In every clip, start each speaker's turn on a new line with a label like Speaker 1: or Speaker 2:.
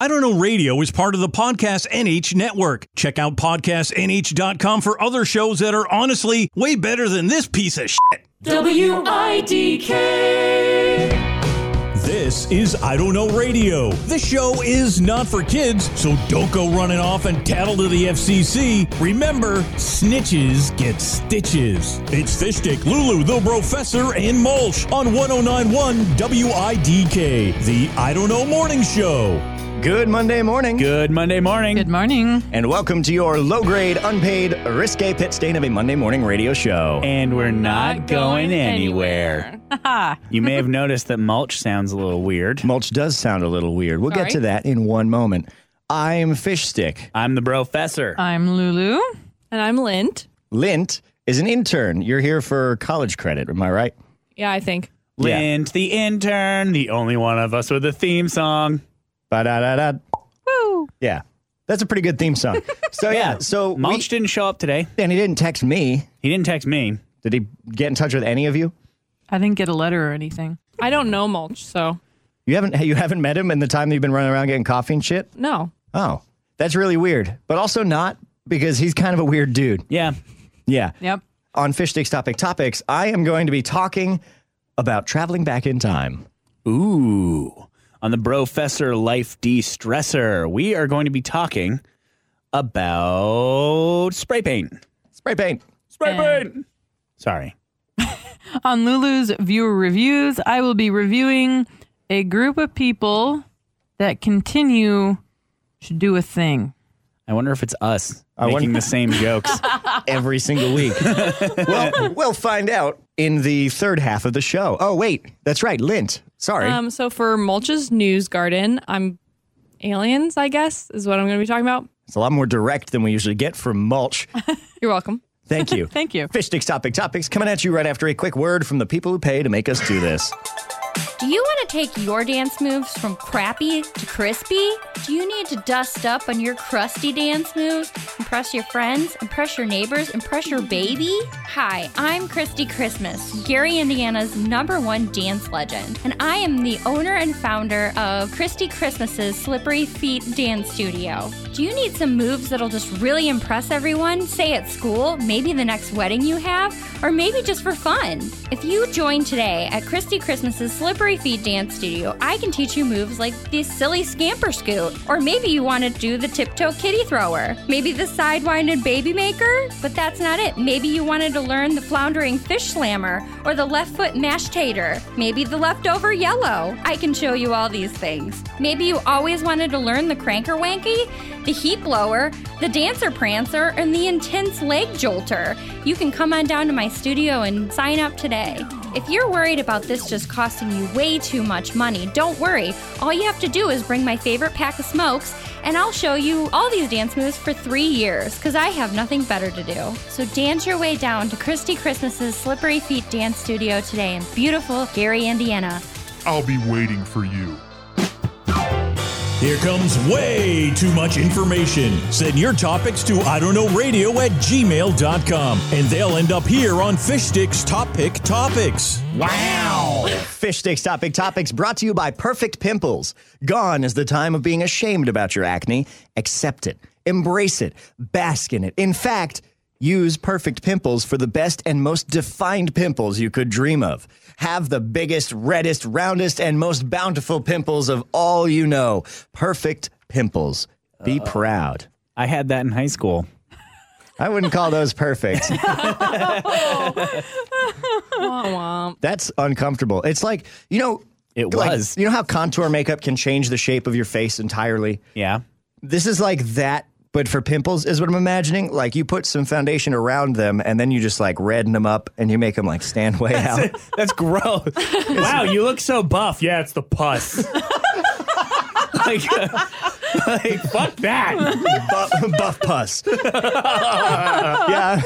Speaker 1: I Don't Know Radio is part of the Podcast NH network. Check out podcastnh.com for other shows that are honestly way better than this piece of shit.
Speaker 2: WIDK.
Speaker 1: This is I Don't Know Radio. The show is not for kids, so don't go running off and tattle to the FCC. Remember, snitches get stitches. It's Fishstick, Lulu, the Professor, and Mulch on 1091 WIDK, the I Don't Know Morning Show.
Speaker 3: Good Monday morning.
Speaker 4: Good Monday morning.
Speaker 5: Good morning.
Speaker 3: And welcome to your low grade, unpaid, risque pit stain of a Monday morning radio show.
Speaker 4: And we're not, going, anywhere.
Speaker 5: Ha.
Speaker 4: You may have noticed that mulch sounds a little weird.
Speaker 3: Mulch does sound a little weird. We'll get
Speaker 5: Sorry.
Speaker 3: to that in one moment. I'm Fish Stick.
Speaker 4: I'm the professor.
Speaker 5: I'm Lulu.
Speaker 2: And I'm Lint.
Speaker 3: Lint is an intern. You're here for college credit, am I right?
Speaker 2: Yeah, I think.
Speaker 3: yeah.
Speaker 4: Lint, the intern, the only one of us with a theme song.
Speaker 3: Ba-da-da-da.
Speaker 5: Woo.
Speaker 3: Yeah. That's a pretty good theme song. So yeah, so we-
Speaker 4: Mulch didn't show up today.
Speaker 3: and he didn't text me.
Speaker 4: He didn't text me.
Speaker 3: Did he get in touch with any of you?
Speaker 5: I didn't get a letter or anything.
Speaker 2: I don't know mulch, so
Speaker 3: You haven't you haven't met him in the time that you've been running around getting coffee and shit?
Speaker 2: no.
Speaker 3: Oh. That's really weird. But also not because he's kind of a weird dude.
Speaker 4: Yeah.
Speaker 3: Yeah.
Speaker 5: Yep.
Speaker 3: on Fish Sticks Topic Topics, I am going to be talking about traveling back in time.
Speaker 4: Ooh. On the professor life de-stressor, we are going to be talking about spray paint.
Speaker 3: Spray paint.
Speaker 4: Spray
Speaker 5: And-
Speaker 4: paint. Sorry.
Speaker 5: On Lulu's viewer reviews, I will be reviewing a group of people that continue to do a thing.
Speaker 4: I wonder if it's us making
Speaker 3: wonder-
Speaker 4: the same jokes.
Speaker 3: Every single week. well, we'll find out in the third half of the show. Oh, wait. That's right. Lint. Sorry.
Speaker 2: Um, so for mulch's news garden, I'm aliens, I guess, is what I'm going to be talking about.
Speaker 3: it's a lot more direct than we usually get from mulch.
Speaker 2: You're welcome.
Speaker 3: Thank you.
Speaker 5: Thank you.
Speaker 3: Fish Sticks Topic Topics coming at you right after a quick word from the people who pay to make us do this.
Speaker 6: Do you want to take your dance moves from crappy to crispy? Do you need to dust up on your crusty dance moves? Impress your friends, impress your neighbors, impress your baby? Hi, I'm Christy Christmas, Gary, Indiana's number one dance legend, and I am the owner and founder of Christy Christmas's Slippery Feet Dance Studio. Do you need some moves that'll just really impress everyone, say at school, maybe the next wedding you have, or maybe just for fun? If you join today at Christy Christmas's Slippery Feet Dance Studio, I can teach you moves like the silly scamper scoot, or maybe you want to do the tiptoe kitty thrower, maybe the sidewinded baby maker, but that's not it. Maybe you wanted to learn the floundering fish slammer or the left foot mashed tater, maybe the leftover yellow. I can show you all these things. Maybe you always wanted to learn the cranker wanky, the heat blower, the dancer prancer, and the intense leg jolter. You can come on down to my studio and sign up today. If you're worried about this just costing you way too much money, don't worry. All you have to do is bring my favorite pack of smokes, and I'll show you all these dance moves for three years because I have nothing better to do. So dance your way down to Christy Christmas's Slippery Feet Dance Studio today in beautiful Gary, Indiana.
Speaker 7: I'll be waiting for you.
Speaker 1: Here comes way too much information. Send your topics to I don't know radio at gmail.com and they'll end up here on Fish Sticks Top Pick Topics.
Speaker 3: Fish Sticks Topic Topics brought to you by Perfect Pimples. Gone is the time of being ashamed about your acne. Accept it, embrace it, bask in it. In fact, use Perfect Pimples for the best and most defined pimples you could dream of. Have the biggest, reddest, roundest, and most bountiful pimples of all you know. Perfect Pimples. Be proud.
Speaker 4: I had that in high school.
Speaker 3: I wouldn't call those perfect.
Speaker 2: Womp
Speaker 3: That's uncomfortable. It's like, you know,
Speaker 4: It
Speaker 3: like,
Speaker 4: was.
Speaker 3: You know how contour makeup can change the shape of your face entirely?
Speaker 4: Yeah.
Speaker 3: this is like that but for pimples is what i'm imagining like you put some foundation around them and then you just like redden them up and you make them like stand way out
Speaker 4: That's gross. wow, you look so buff. Yeah, it's the pus. like, uh, like, fuck that.
Speaker 3: buff, buff pus yeah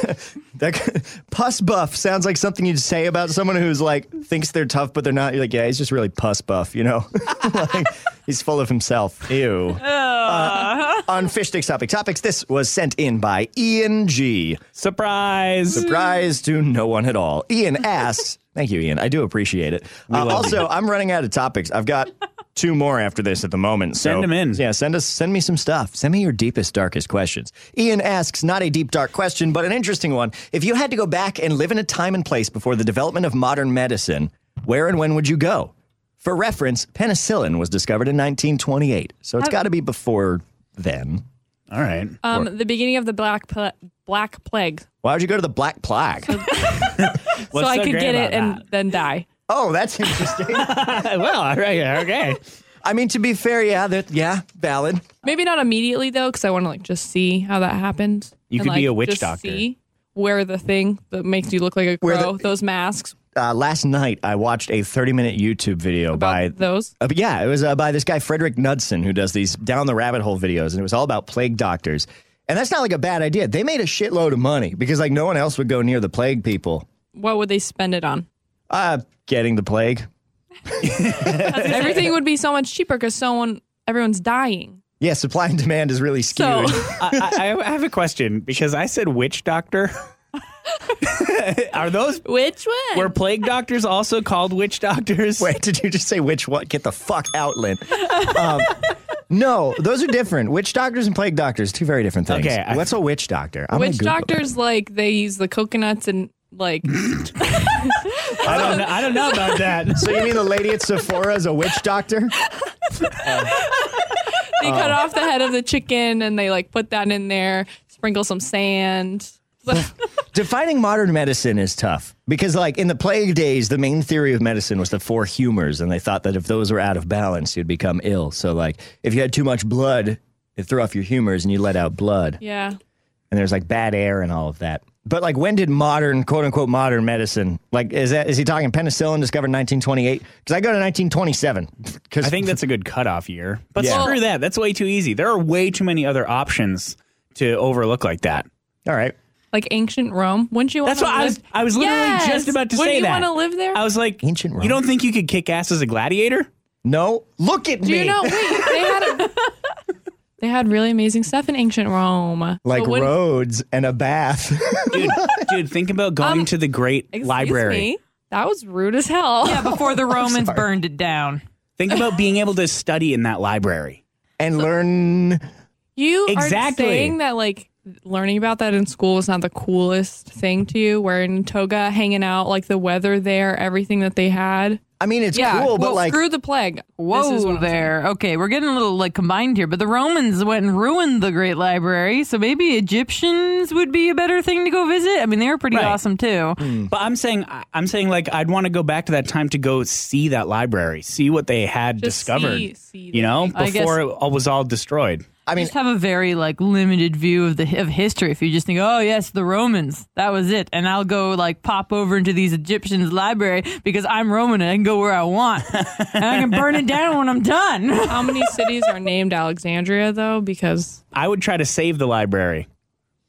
Speaker 3: that, pus buff sounds like something you'd say about someone who's like thinks they're tough but they're not you're like yeah he's just really pus buff you know like, he's full of himself ew Uh, on fish sticks topic topics this was sent in by ian g
Speaker 4: Surprise.
Speaker 3: Surprise to no one at all. Ian asks, thank you, Ian. I do appreciate it. Uh, also, I'm running out of topics. I've got two more after this at the moment. So,
Speaker 4: Send 'em in.
Speaker 3: Yeah, send us send me some stuff. Send me your deepest, darkest questions. Ian asks not a deep, dark question, but an interesting one. If you had to go back and live in a time and place before the development of modern medicine, where and when would you go? For reference, penicillin was discovered in 1928, so
Speaker 4: Oh.
Speaker 3: it's got to be before then.
Speaker 4: All right.
Speaker 2: Um, the beginning of the black pla- black plague,
Speaker 3: Why would you go to the Black Plague?
Speaker 4: What's
Speaker 2: so I
Speaker 4: so
Speaker 2: could
Speaker 4: great
Speaker 2: get it
Speaker 4: about Uh,
Speaker 2: and then die.
Speaker 3: oh, that's interesting.
Speaker 4: well, all right. Okay.
Speaker 3: I mean, to be fair, yeah, that yeah, valid.
Speaker 2: Maybe not immediately though, because I want to like just see how that happened.
Speaker 4: You
Speaker 2: and,
Speaker 4: could be
Speaker 2: like,
Speaker 4: a witch
Speaker 2: just
Speaker 4: doctor.
Speaker 2: See, wear the thing that makes you look like a
Speaker 3: Wear the-
Speaker 2: crow. those masks.
Speaker 3: uh, last night I watched a 30 minute YouTube video
Speaker 2: About
Speaker 3: by
Speaker 2: those.
Speaker 3: Uh, but yeah, it was uh, by this guy Frederick Knudsen who does these down the rabbit hole videos, and it was all about plague doctors. And that's not like a bad idea. They made a shitload of money because like no one else would go near the plague people.
Speaker 2: What would they spend it on?
Speaker 3: Uh, getting the plague.
Speaker 2: Everything would be so much cheaper because someone, everyone's dying.
Speaker 3: Yeah, supply and demand is really
Speaker 2: So
Speaker 3: skewed.
Speaker 4: I, I, I have a question because I said witch doctor. Are those
Speaker 2: which one?
Speaker 4: were plague doctors also called witch doctors?
Speaker 3: Wait, did you just say witch what? Get the fuck out, Lynn. Um, no, those are different. Witch doctors and plague doctors, two very different things.
Speaker 4: Okay, I-
Speaker 3: What's a witch doctor? I'm gonna
Speaker 2: witch
Speaker 3: Google it.
Speaker 2: doctors like they use the coconuts and like
Speaker 4: I don't know. I don't know about that.
Speaker 3: So you mean the lady at Sephora is a witch doctor?
Speaker 2: they cut
Speaker 4: Oh.
Speaker 2: off the head of the chicken and they like put that in there, sprinkle some sand.
Speaker 3: Defining modern medicine is tough because, like, in the plague days, the main theory of medicine was the four humors, and they thought that if those were out of balance, you'd become ill. So, like, if you had too much blood, it threw off your humors and you let out blood.
Speaker 2: Yeah.
Speaker 3: And there's like bad air and all of that. But, like, when did modern, quote unquote, modern medicine, like, is that, is he talking penicillin discovered in 1928? Because I go to 1927. Because
Speaker 4: I think that's a good cutoff year. But
Speaker 3: Yeah.
Speaker 4: screw that. That's way too easy. There are way too many other options to overlook like that.
Speaker 3: all right.
Speaker 2: Like ancient Rome. Wouldn't you want
Speaker 4: That's
Speaker 2: to
Speaker 4: what I was. I was literally
Speaker 2: Yes!
Speaker 4: just about to
Speaker 2: Wouldn't
Speaker 4: say
Speaker 2: you
Speaker 4: that.
Speaker 2: want to live there?
Speaker 4: I was like,
Speaker 3: Ancient Rome.
Speaker 4: You don't think you could kick ass as a gladiator?
Speaker 3: No, look at
Speaker 2: Do
Speaker 3: me.
Speaker 2: you know? Wait, they had a, they had really amazing stuff in ancient Rome.
Speaker 3: like
Speaker 2: So wouldn't-
Speaker 3: roads and a bath.
Speaker 4: Dude, dude, think about going to the great
Speaker 2: Um, excuse
Speaker 4: library.
Speaker 2: me? That was rude as hell.
Speaker 5: Yeah, before the Romans burned it down.
Speaker 4: Think about being able to study in that library.
Speaker 3: and learn.
Speaker 2: You
Speaker 4: Exactly.
Speaker 2: are saying that like learning about that in school was not the coolest thing to you. Wearing a toga, hanging out, like the weather there, everything that they had.
Speaker 3: I mean, it's
Speaker 2: Yeah,
Speaker 3: cool, but
Speaker 2: well,
Speaker 3: like,
Speaker 2: screw the plague. This is what
Speaker 5: Whoa
Speaker 2: I'm
Speaker 5: there. Okay, we're getting a little like combined here, but the Romans went and ruined the Great Library, so maybe Egyptians would be a better thing to go visit. I mean, they were pretty
Speaker 4: Right.
Speaker 5: awesome too.
Speaker 3: Mm. Hmm.
Speaker 4: But I'm saying, I- I'm saying, like, I'd want to go back to that time to go see that library, see what they had
Speaker 2: Just
Speaker 4: discovered.
Speaker 2: see- see
Speaker 4: you know,
Speaker 5: I guess-
Speaker 4: before it all was all destroyed.
Speaker 3: I mean,
Speaker 5: just have a very like limited view of the of history. If you just think, oh yes, the Romans, that was it, and I'll go like pop over into these Egyptians' library because I'm Roman and I can go where I want, and I can burn it down when I'm done.
Speaker 2: How many cities are named Alexandria though? Because
Speaker 4: I would try to save the library.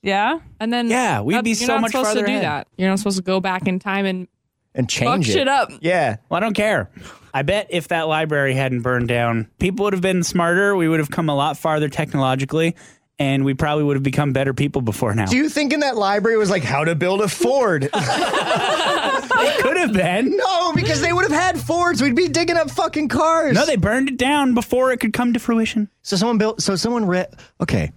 Speaker 5: yeah,
Speaker 2: and then
Speaker 4: Yeah, we'd
Speaker 2: that-
Speaker 4: be
Speaker 2: you're
Speaker 4: so
Speaker 2: not
Speaker 4: much
Speaker 2: supposed to
Speaker 4: farther
Speaker 2: do
Speaker 4: ahead.
Speaker 2: that. You're not supposed to go back in time and
Speaker 3: and
Speaker 2: fuck
Speaker 3: change it.
Speaker 2: shit up.
Speaker 3: Yeah.
Speaker 4: Well, I don't care. I bet if that library hadn't burned down, people would have been smarter. We would have come a lot farther technologically, and we probably would have become better people before now.
Speaker 3: Do you think in that library was like how to build a Ford?
Speaker 4: could have been.
Speaker 3: no, because they would have had Fords. We'd be digging up fucking cars.
Speaker 4: No, they burned it down before it could come to fruition.
Speaker 3: so someone built. So someone read. Okay.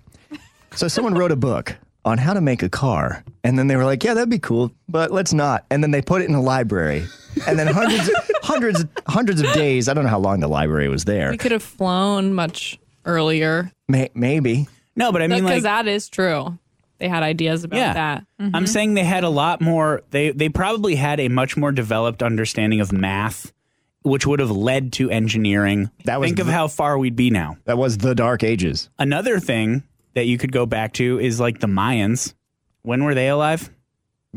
Speaker 3: So someone wrote a book on how to make a car, and then they were like, "Yeah, that'd be cool, but let's not." And then they put it in a library, and then hundreds, hundreds, hundreds of days. I don't know how long the library was there.
Speaker 2: We could have flown much earlier
Speaker 3: May- maybe.
Speaker 4: No, but I mean,
Speaker 2: because
Speaker 4: like,
Speaker 2: that is true. They had ideas about
Speaker 4: Yeah.
Speaker 2: that.
Speaker 4: I'm saying they had a lot more. They they probably had a much more developed understanding of math, which would have led to engineering.
Speaker 3: That was
Speaker 4: Think of
Speaker 3: the-
Speaker 4: how far we'd be now.
Speaker 3: That was the Dark Ages.
Speaker 4: Another thing that you could go back to is like the Mayans. When were they alive?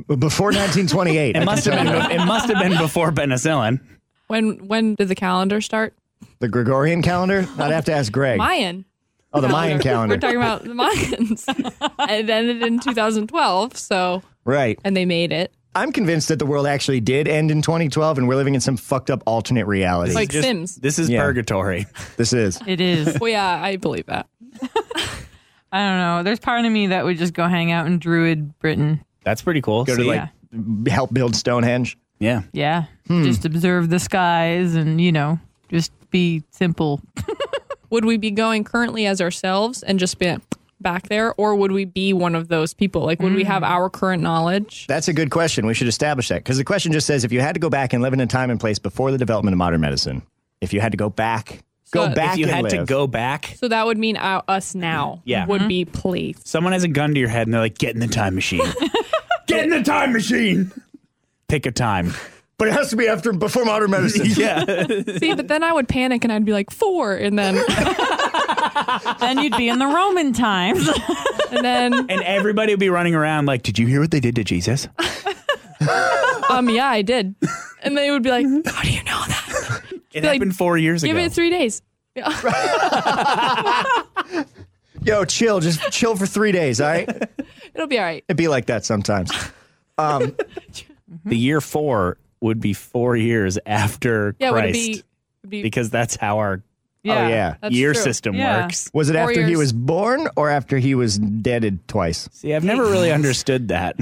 Speaker 3: Before 1928. I
Speaker 4: It
Speaker 3: can
Speaker 4: must
Speaker 3: tell
Speaker 4: have
Speaker 3: you.
Speaker 4: been. It must have been before penicillin.
Speaker 2: When when did the calendar start?
Speaker 3: The Gregorian calendar? I'd have to ask Greg.
Speaker 2: Mayan.
Speaker 3: oh, the Mayan calendar.
Speaker 2: We're talking about the Mayans. it ended in 2012, so
Speaker 3: right.
Speaker 2: and they made it
Speaker 3: I'm convinced that the world actually did end in 2012 and we're living in some fucked up alternate reality.
Speaker 2: like Sims.
Speaker 4: This is
Speaker 3: Yeah.
Speaker 4: purgatory.
Speaker 3: this is.
Speaker 5: it is.
Speaker 2: well, yeah, I believe that.
Speaker 5: I don't know. There's part of me that would just go hang out in Druid Britain.
Speaker 4: That's pretty cool.
Speaker 3: Go to
Speaker 4: See?
Speaker 3: like help build Stonehenge.
Speaker 4: yeah.
Speaker 5: Hmm. Yeah, just observe the skies and you know just just be simple.
Speaker 2: Would we be going currently as ourselves and just be back there, or would we be one of those people? Like,
Speaker 4: Mm.
Speaker 2: would we have our current knowledge?
Speaker 3: That's a good question. We should establish that because the question just says if you had to go back and live in a time and place before the development of modern medicine, if you had to go back,
Speaker 2: So
Speaker 3: go
Speaker 2: if
Speaker 3: back.
Speaker 4: If you
Speaker 3: and
Speaker 4: had to
Speaker 3: live-
Speaker 4: go back,
Speaker 2: So that would mean uh, us now
Speaker 4: Yeah.
Speaker 2: would be police.
Speaker 4: someone has a gun to your head and they're like, "Get in the time machine. Get in the time machine. Pick a time."
Speaker 3: but it has to be after before modern medicine.
Speaker 4: Yeah.
Speaker 2: See, but then I would panic and I'd be like four, and then
Speaker 5: then you'd be in the Roman times.
Speaker 2: and then
Speaker 4: and everybody would be running around like, "Did you hear what they did to Jesus?"
Speaker 2: um yeah, I did, and they would be like, how do you know that?
Speaker 4: It
Speaker 2: Like,
Speaker 4: happened 4 years
Speaker 2: Give
Speaker 4: ago.
Speaker 2: it three days. Yeah.
Speaker 3: Yo, chill. Just chill for three days. All right. It'd
Speaker 2: It'll be all right.
Speaker 3: be like that sometimes. Oh,
Speaker 4: the year 4 would be 4 years after
Speaker 2: Yeah, would it
Speaker 4: Christ
Speaker 2: be, would be
Speaker 4: because that's how our
Speaker 5: yeah.
Speaker 3: yeah.
Speaker 2: that's
Speaker 4: year
Speaker 2: true.
Speaker 4: system
Speaker 5: Yeah.
Speaker 4: works.
Speaker 3: Was it
Speaker 2: Four
Speaker 3: after he
Speaker 2: years.
Speaker 3: was born or after he was deaded twice?
Speaker 4: See, I've never really understood that.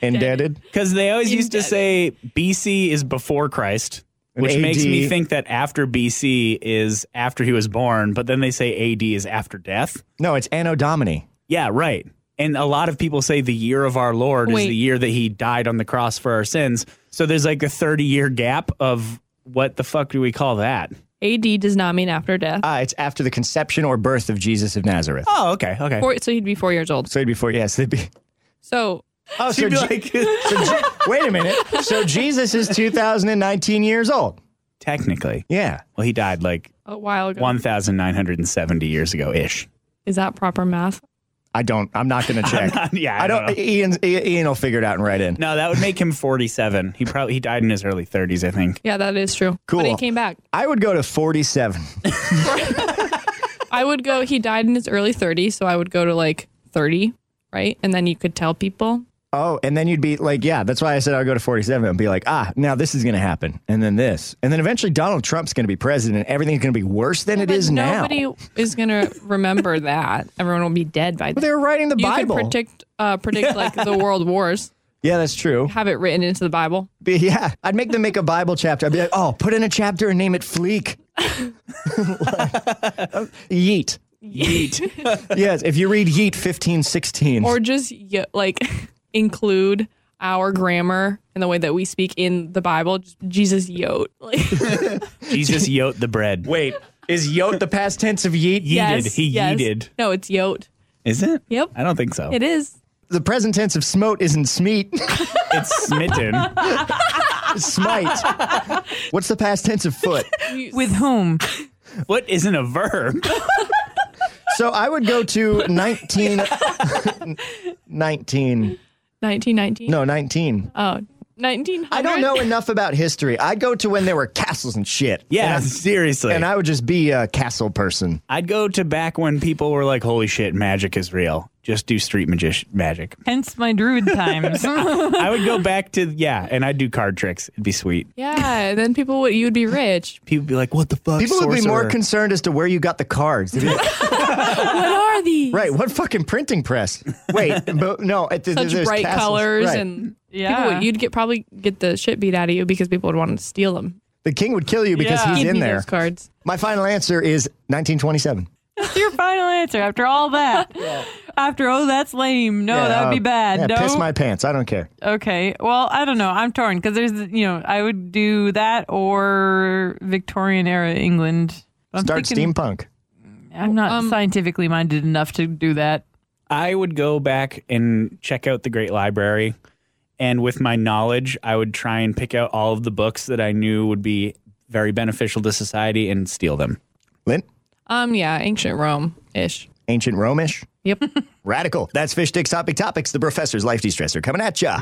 Speaker 3: Indebted?
Speaker 4: Because they always used to say BC is before Christ,
Speaker 3: And
Speaker 4: which makes
Speaker 3: AD
Speaker 4: me think that after BC is after he was born, but then they say AD is after death.
Speaker 3: No, it's Anno Domini.
Speaker 4: Yeah, right. And a lot of people say the year of our Lord is
Speaker 2: Wait.
Speaker 4: the year that he died on the cross for our sins. So there's like a 30 year gap of what the fuck do we call that?
Speaker 2: AD does not mean after death.
Speaker 3: Ah, it's after the conception or birth of Jesus of Nazareth.
Speaker 4: Oh, okay. Okay.
Speaker 2: Four, so he'd be four years old.
Speaker 3: So it'd be four. Yes, it'd be.
Speaker 2: So
Speaker 3: Oh, so,
Speaker 4: She'd be
Speaker 3: Je-
Speaker 4: like,
Speaker 3: so Je- wait a minute. So Jesus is 2019 years old.
Speaker 4: technically.
Speaker 3: Yeah.
Speaker 4: Well, he died like
Speaker 2: a while ago.
Speaker 4: 1,970 years ago ish.
Speaker 2: Is that proper math?
Speaker 3: I don't. I'm not going to check.
Speaker 4: Yeah.
Speaker 3: I don't.
Speaker 4: know.
Speaker 3: Ian, Ian will figure it out and write in.
Speaker 4: No, that would make him 47. He probably he died in his early 30s, I think.
Speaker 2: Yeah, that is true. But
Speaker 3: Cool.
Speaker 2: he came back.
Speaker 3: I would go to 47.
Speaker 2: I would go, he died in his early 30s, so I would go to like 30, right? And then you could tell people.
Speaker 3: Oh, and then you'd be like, yeah, that's why I said I would go to 47 and be like, ah, now this is going to happen. And then this. And then eventually Donald Trump's going to be president and everything's going to be worse than it
Speaker 2: But
Speaker 3: is now.
Speaker 2: Nobody is going to remember that. Everyone will be dead by
Speaker 3: But
Speaker 2: then.
Speaker 3: They're writing the
Speaker 2: You
Speaker 3: Bible.
Speaker 2: could predict, uh, predict like the world wars,
Speaker 3: yeah, that's true.
Speaker 2: have it written into the Bible.
Speaker 3: Be- Yeah, I'd make them make a Bible chapter. I'd be like, oh, put in a chapter and name it Fleek. Yeet.
Speaker 4: Yeet.
Speaker 3: Yes, if you read Yeet 1516.
Speaker 2: Or just y- like include our grammar and the way that we speak in the Bible. Just Jesus yote. Like,
Speaker 4: Jesus yote the bread.
Speaker 3: wait, is Yote the past tense of Yeet?
Speaker 2: yes,
Speaker 4: He
Speaker 2: yes.
Speaker 4: yeeted.
Speaker 2: No, it's yote.
Speaker 4: Is it?
Speaker 2: Yep.
Speaker 4: I don't think so.
Speaker 2: It is.
Speaker 3: The present tense of Smote isn't Smeet,
Speaker 4: It's smitten.
Speaker 3: it's Smite. What's the past tense of Foot?
Speaker 5: With whom?
Speaker 4: Foot isn't a verb.
Speaker 3: So I would go to 19. 19.
Speaker 2: 1919.
Speaker 3: No, 19.
Speaker 2: Oh, 1900.
Speaker 3: I don't know enough about history. I'd go to when there were castles and shit.
Speaker 4: Yeah,
Speaker 3: And I-
Speaker 4: seriously.
Speaker 3: and I would just be a castle person.
Speaker 4: I'd go to back when people were like, holy shit, magic is real. Just do street magic magic.
Speaker 5: Hence my druid times.
Speaker 4: I would go back to, yeah, and I'd do card tricks. It'd be sweet.
Speaker 2: Yeah, then people would you would be rich.
Speaker 4: People would be like, what the fuck?
Speaker 3: People would be more
Speaker 4: sorcerer?
Speaker 3: concerned as to where you got the cards. They'd be like,
Speaker 2: What are these?
Speaker 3: Right. What fucking printing press? Wait, but no. At the,
Speaker 2: Such
Speaker 3: there's
Speaker 2: bright
Speaker 3: castles.
Speaker 2: colors
Speaker 3: Right.
Speaker 2: and
Speaker 5: Yeah.
Speaker 2: people would, you'd get probably get the shit beat out of you because people would want to steal them.
Speaker 3: the king would kill you because
Speaker 5: Yeah.
Speaker 3: he's
Speaker 2: Give
Speaker 3: in
Speaker 2: me
Speaker 3: there.
Speaker 2: those cards.
Speaker 3: My final answer is 1927.
Speaker 5: That's your final answer after all that. After oh, that's lame. No,
Speaker 3: Yeah,
Speaker 5: that would be
Speaker 3: uh,
Speaker 5: bad.
Speaker 3: yeah,
Speaker 5: no.
Speaker 3: piss my pants. I don't care.
Speaker 5: okay. Well, I don't know. I'm torn because there's you know I would do that or Victorian era England. I'm
Speaker 3: Start
Speaker 5: thinking-
Speaker 3: steampunk.
Speaker 5: I'm not scientifically minded enough to do that.
Speaker 4: I would go back and check out the Great Library. And with my knowledge, I would try and pick out all of the books that I knew would be very beneficial to society and steal them.
Speaker 3: Lint,
Speaker 2: Um, yeah, ancient Rome ish.
Speaker 3: ancient Romish,
Speaker 2: Yep.
Speaker 3: radical. That's Fish Dicks Topic Topics, the professor's life de-stressor coming at ya.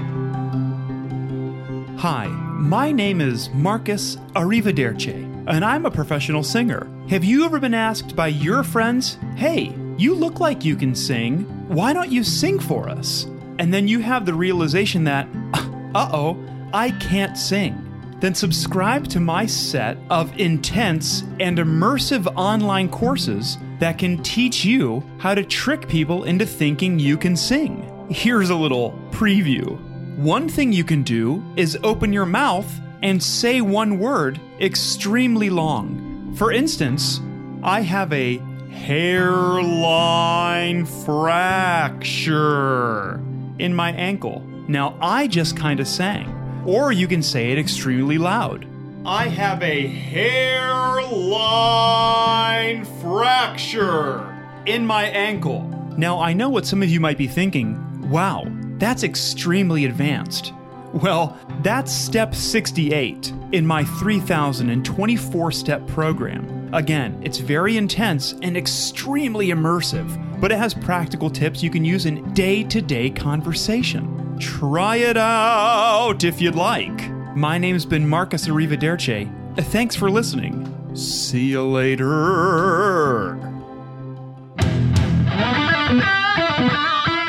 Speaker 8: Hi, my name is Marcus Arrivederce, and I'm a professional singer. Have you ever been asked by your friends, hey, you look like you can sing, why don't you sing for us? And then you have the realization that, uh oh, I can't sing then subscribe to my set of intense and immersive online courses that can teach you how to trick people into thinking you can sing. Here's a little preview. One thing you can do is open your mouth and say one word extremely long. For instance, I have a hairline fracture in my ankle. Now, I just kind of sang, or you can say it extremely loud. I have a hairline fracture in my ankle. Now, I know what some of you might be thinking wow, that's extremely advanced. Well, that's step 68 in my 3,024 step program. Again, it's very intense and extremely immersive, but it has practical tips you can use in day to day conversation. Try it out if you'd like. My name's been Marcus Arrivederce. Thanks for listening. See you later.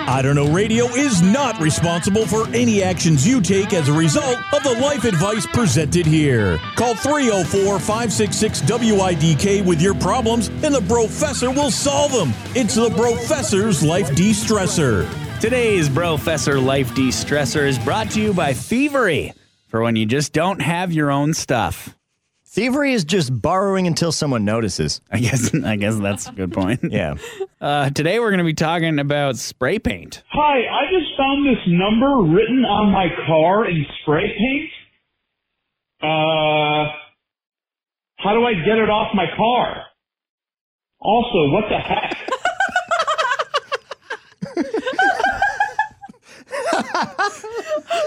Speaker 1: I Don't Know Radio is not responsible for any actions you take as a result of the life advice presented here. Call 304 566 WIDK with your problems, and the professor will solve them. It's the professor's life de stressor.
Speaker 4: Today's Professor Life De-Stressor is brought to you by Thievery for when you just don't have your own stuff.
Speaker 3: Thievery is just borrowing until someone notices.
Speaker 4: I guess I guess that's a good point.
Speaker 3: Yeah.
Speaker 4: Uh, today we're going to be talking about spray paint.
Speaker 9: Hi, I just found this number written on my car in spray paint. Uh, how do I get it off my car? Also, what the heck?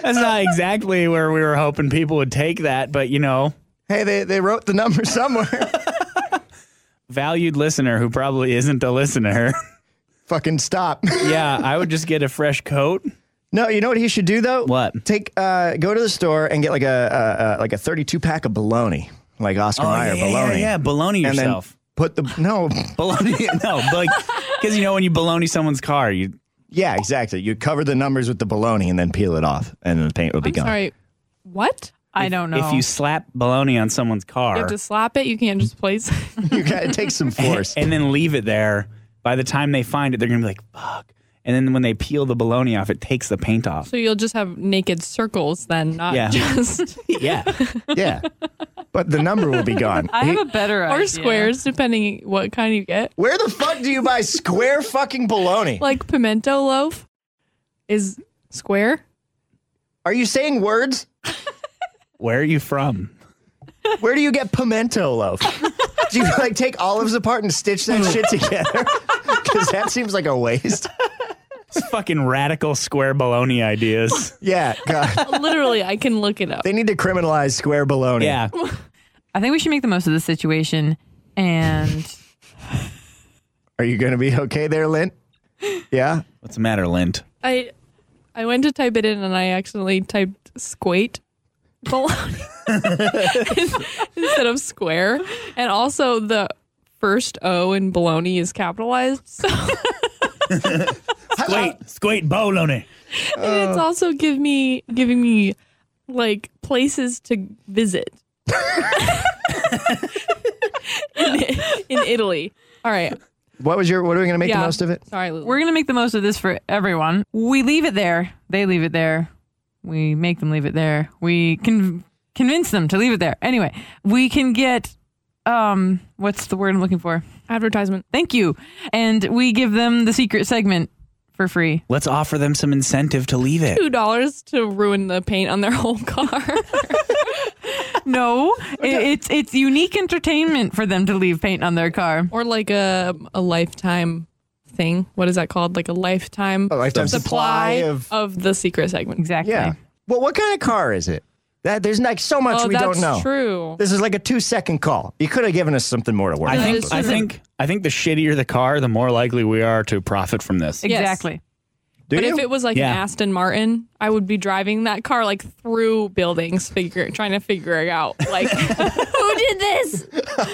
Speaker 4: That's not exactly where we were hoping people would take that, but you know,
Speaker 3: Hey, they, they wrote the number somewhere.
Speaker 4: valued listener who probably isn't a listener.
Speaker 3: Fucking stop.
Speaker 4: yeah, I would just get a fresh coat.
Speaker 3: No, you know what he should do though?
Speaker 4: What?
Speaker 3: Take uh, go to the store and get like a, a, a like a 32 pack of bologna, like Oscar Mayer bologna.
Speaker 4: Oh, yeah, baloney
Speaker 3: And then
Speaker 4: yourself.
Speaker 3: put the no.
Speaker 4: baloney, no, like because you know when you baloney someone's car, you
Speaker 3: yeah, exactly. You cover the numbers with the bologna and then peel it off, and the paint will be
Speaker 2: I'm
Speaker 3: gone.
Speaker 2: sorry. What?
Speaker 5: I don't know.
Speaker 4: if you slap baloney on someone's car
Speaker 2: You have to slap it. You can't just place.
Speaker 3: You got to take some force.
Speaker 4: and then leave it there, by the time they find it, they're gonna be like fuck. And then when they peel the baloney off, it takes the paint off.
Speaker 2: so you'll just have naked circles then, not
Speaker 4: Yeah.
Speaker 2: just
Speaker 4: Yeah,
Speaker 3: yeah, but the number will be gone.
Speaker 5: I have a better idea.
Speaker 2: or squares, depending what kind you get.
Speaker 3: Where the fuck do you buy square fucking bologna?
Speaker 2: Like pimento loaf is square.
Speaker 3: Are you saying words?
Speaker 4: where are you from?
Speaker 3: Where do you get pimento loaf? Do you like take olives apart and stitch that shit together? Because that seems like a waste.
Speaker 4: It's fucking radical square baloney ideas.
Speaker 3: Yeah, God.
Speaker 2: Literally, I can look it up.
Speaker 3: They need to criminalize square bologna.
Speaker 4: Yeah.
Speaker 5: I think we should make the most of this situation and
Speaker 3: Are you going to be okay there, Lint? Yeah.
Speaker 4: What's the matter, Lint?
Speaker 2: I I went to type it in and I accidentally typed squate bologna instead of square. And also the first O in bologna is capitalized. So
Speaker 4: Squate, squate boloney.
Speaker 2: and it's also give me giving me like places to visit. in, in Italy. All right.
Speaker 3: What was your? What are we going to make
Speaker 2: Yeah.
Speaker 3: the most of it?
Speaker 2: Sorry, Lulu.
Speaker 5: we're going to make the most of this for everyone. We leave it there. They leave it there. We make them leave it there. We can convince them to leave it there. Anyway, we can get um what's the word I'm looking for?
Speaker 2: advertisement.
Speaker 5: Thank you. And we give them the secret segment for free.
Speaker 4: Let's offer them some incentive to leave it.
Speaker 2: Two dollars to ruin the paint on their whole car.
Speaker 5: No, it, it's it's unique entertainment for them to leave paint on their car.
Speaker 2: or like a a lifetime thing. What is that called? Like a lifetime
Speaker 3: A lifetime supply of-
Speaker 2: the secret segment.
Speaker 5: Exactly.
Speaker 3: Yeah. Well, what kind of car is it? That there's like so much
Speaker 2: Oh,
Speaker 3: we
Speaker 2: that's
Speaker 3: don't know.
Speaker 2: true.
Speaker 3: This is like a two second call. You could have given us something more to work.
Speaker 4: I
Speaker 2: Yeah,
Speaker 4: think
Speaker 2: it's
Speaker 4: I
Speaker 2: true.
Speaker 4: think I think the shittier the car, the more likely we are to profit from this.
Speaker 2: Yes.
Speaker 5: Exactly.
Speaker 3: Do
Speaker 2: But
Speaker 3: you?
Speaker 2: if it was like
Speaker 4: Yeah.
Speaker 2: an Aston Martin, I would be driving that car like through buildings, figure trying to figure it out like who did this.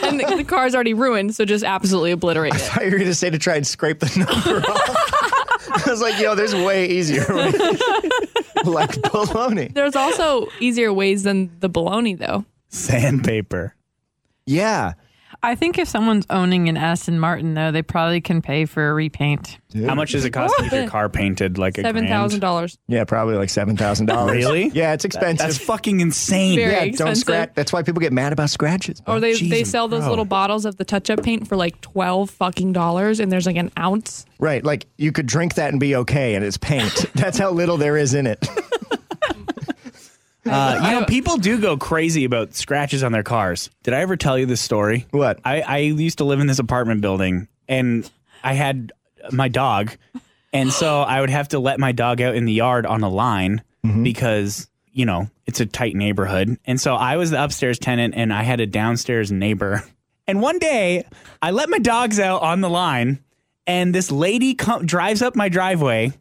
Speaker 2: And the, the car's already ruined, so just absolutely obliterate it.
Speaker 3: you were going to say to try and scrape the number off. I was like, yo, there's way easier. ways. like bologna.
Speaker 2: There's also easier ways than the baloney, though.
Speaker 4: Sandpaper.
Speaker 3: Yeah.
Speaker 5: I think if someone's owning an Aston Martin, though, they probably can pay for a repaint.
Speaker 4: How much does it cost to get your car painted? Like a
Speaker 2: Seven thousand dollars.
Speaker 3: Yeah, probably like seven thousand dollars.
Speaker 4: Really?
Speaker 3: Yeah, it's
Speaker 4: grand?
Speaker 3: expensive.
Speaker 4: That's fucking insane.
Speaker 2: Very
Speaker 3: yeah, don't
Speaker 2: expensive.
Speaker 3: scratch. That's why people get mad about scratches.
Speaker 2: Or they,
Speaker 4: Jesus,
Speaker 2: they sell those
Speaker 4: bro.
Speaker 2: little bottles of the touch up paint for like twelve fucking dollars, and there's like an ounce.
Speaker 3: Right, like you could drink that and be okay, and it's paint. That's how little there is in it.
Speaker 4: Uh, you know, people do go crazy about scratches on their cars. Did I ever tell you this story?
Speaker 3: What?
Speaker 4: I, I used to live in this apartment building and I had my dog. And so I would have to let my dog out in the yard on a line because, you know, it's a tight neighborhood. And so I was the upstairs tenant and I had a downstairs neighbor. And one day I let my dogs out on the line and this lady co- drives up my driveway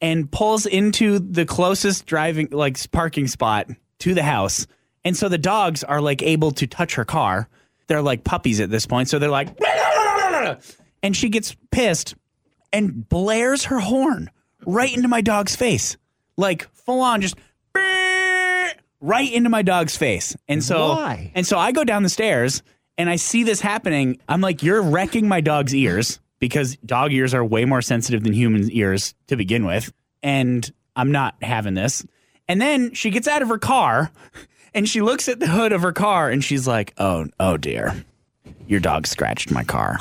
Speaker 4: and pulls into the closest driving like s- parking spot to the house. And so the dogs are like able to touch her car. They're like puppies at this point, so they're like and she gets pissed and blares her horn right into my dog's face. Like full on just right into my dog's face. And so
Speaker 3: Why?
Speaker 4: and so I go down the stairs and I see this happening. I'm like, you're wrecking my dog's ears because dog ears are way more sensitive than human ears to begin with. And I'm not having this. And then she gets out of her car and she looks at the hood of her car and she's like, oh, oh dear, your dog scratched my car.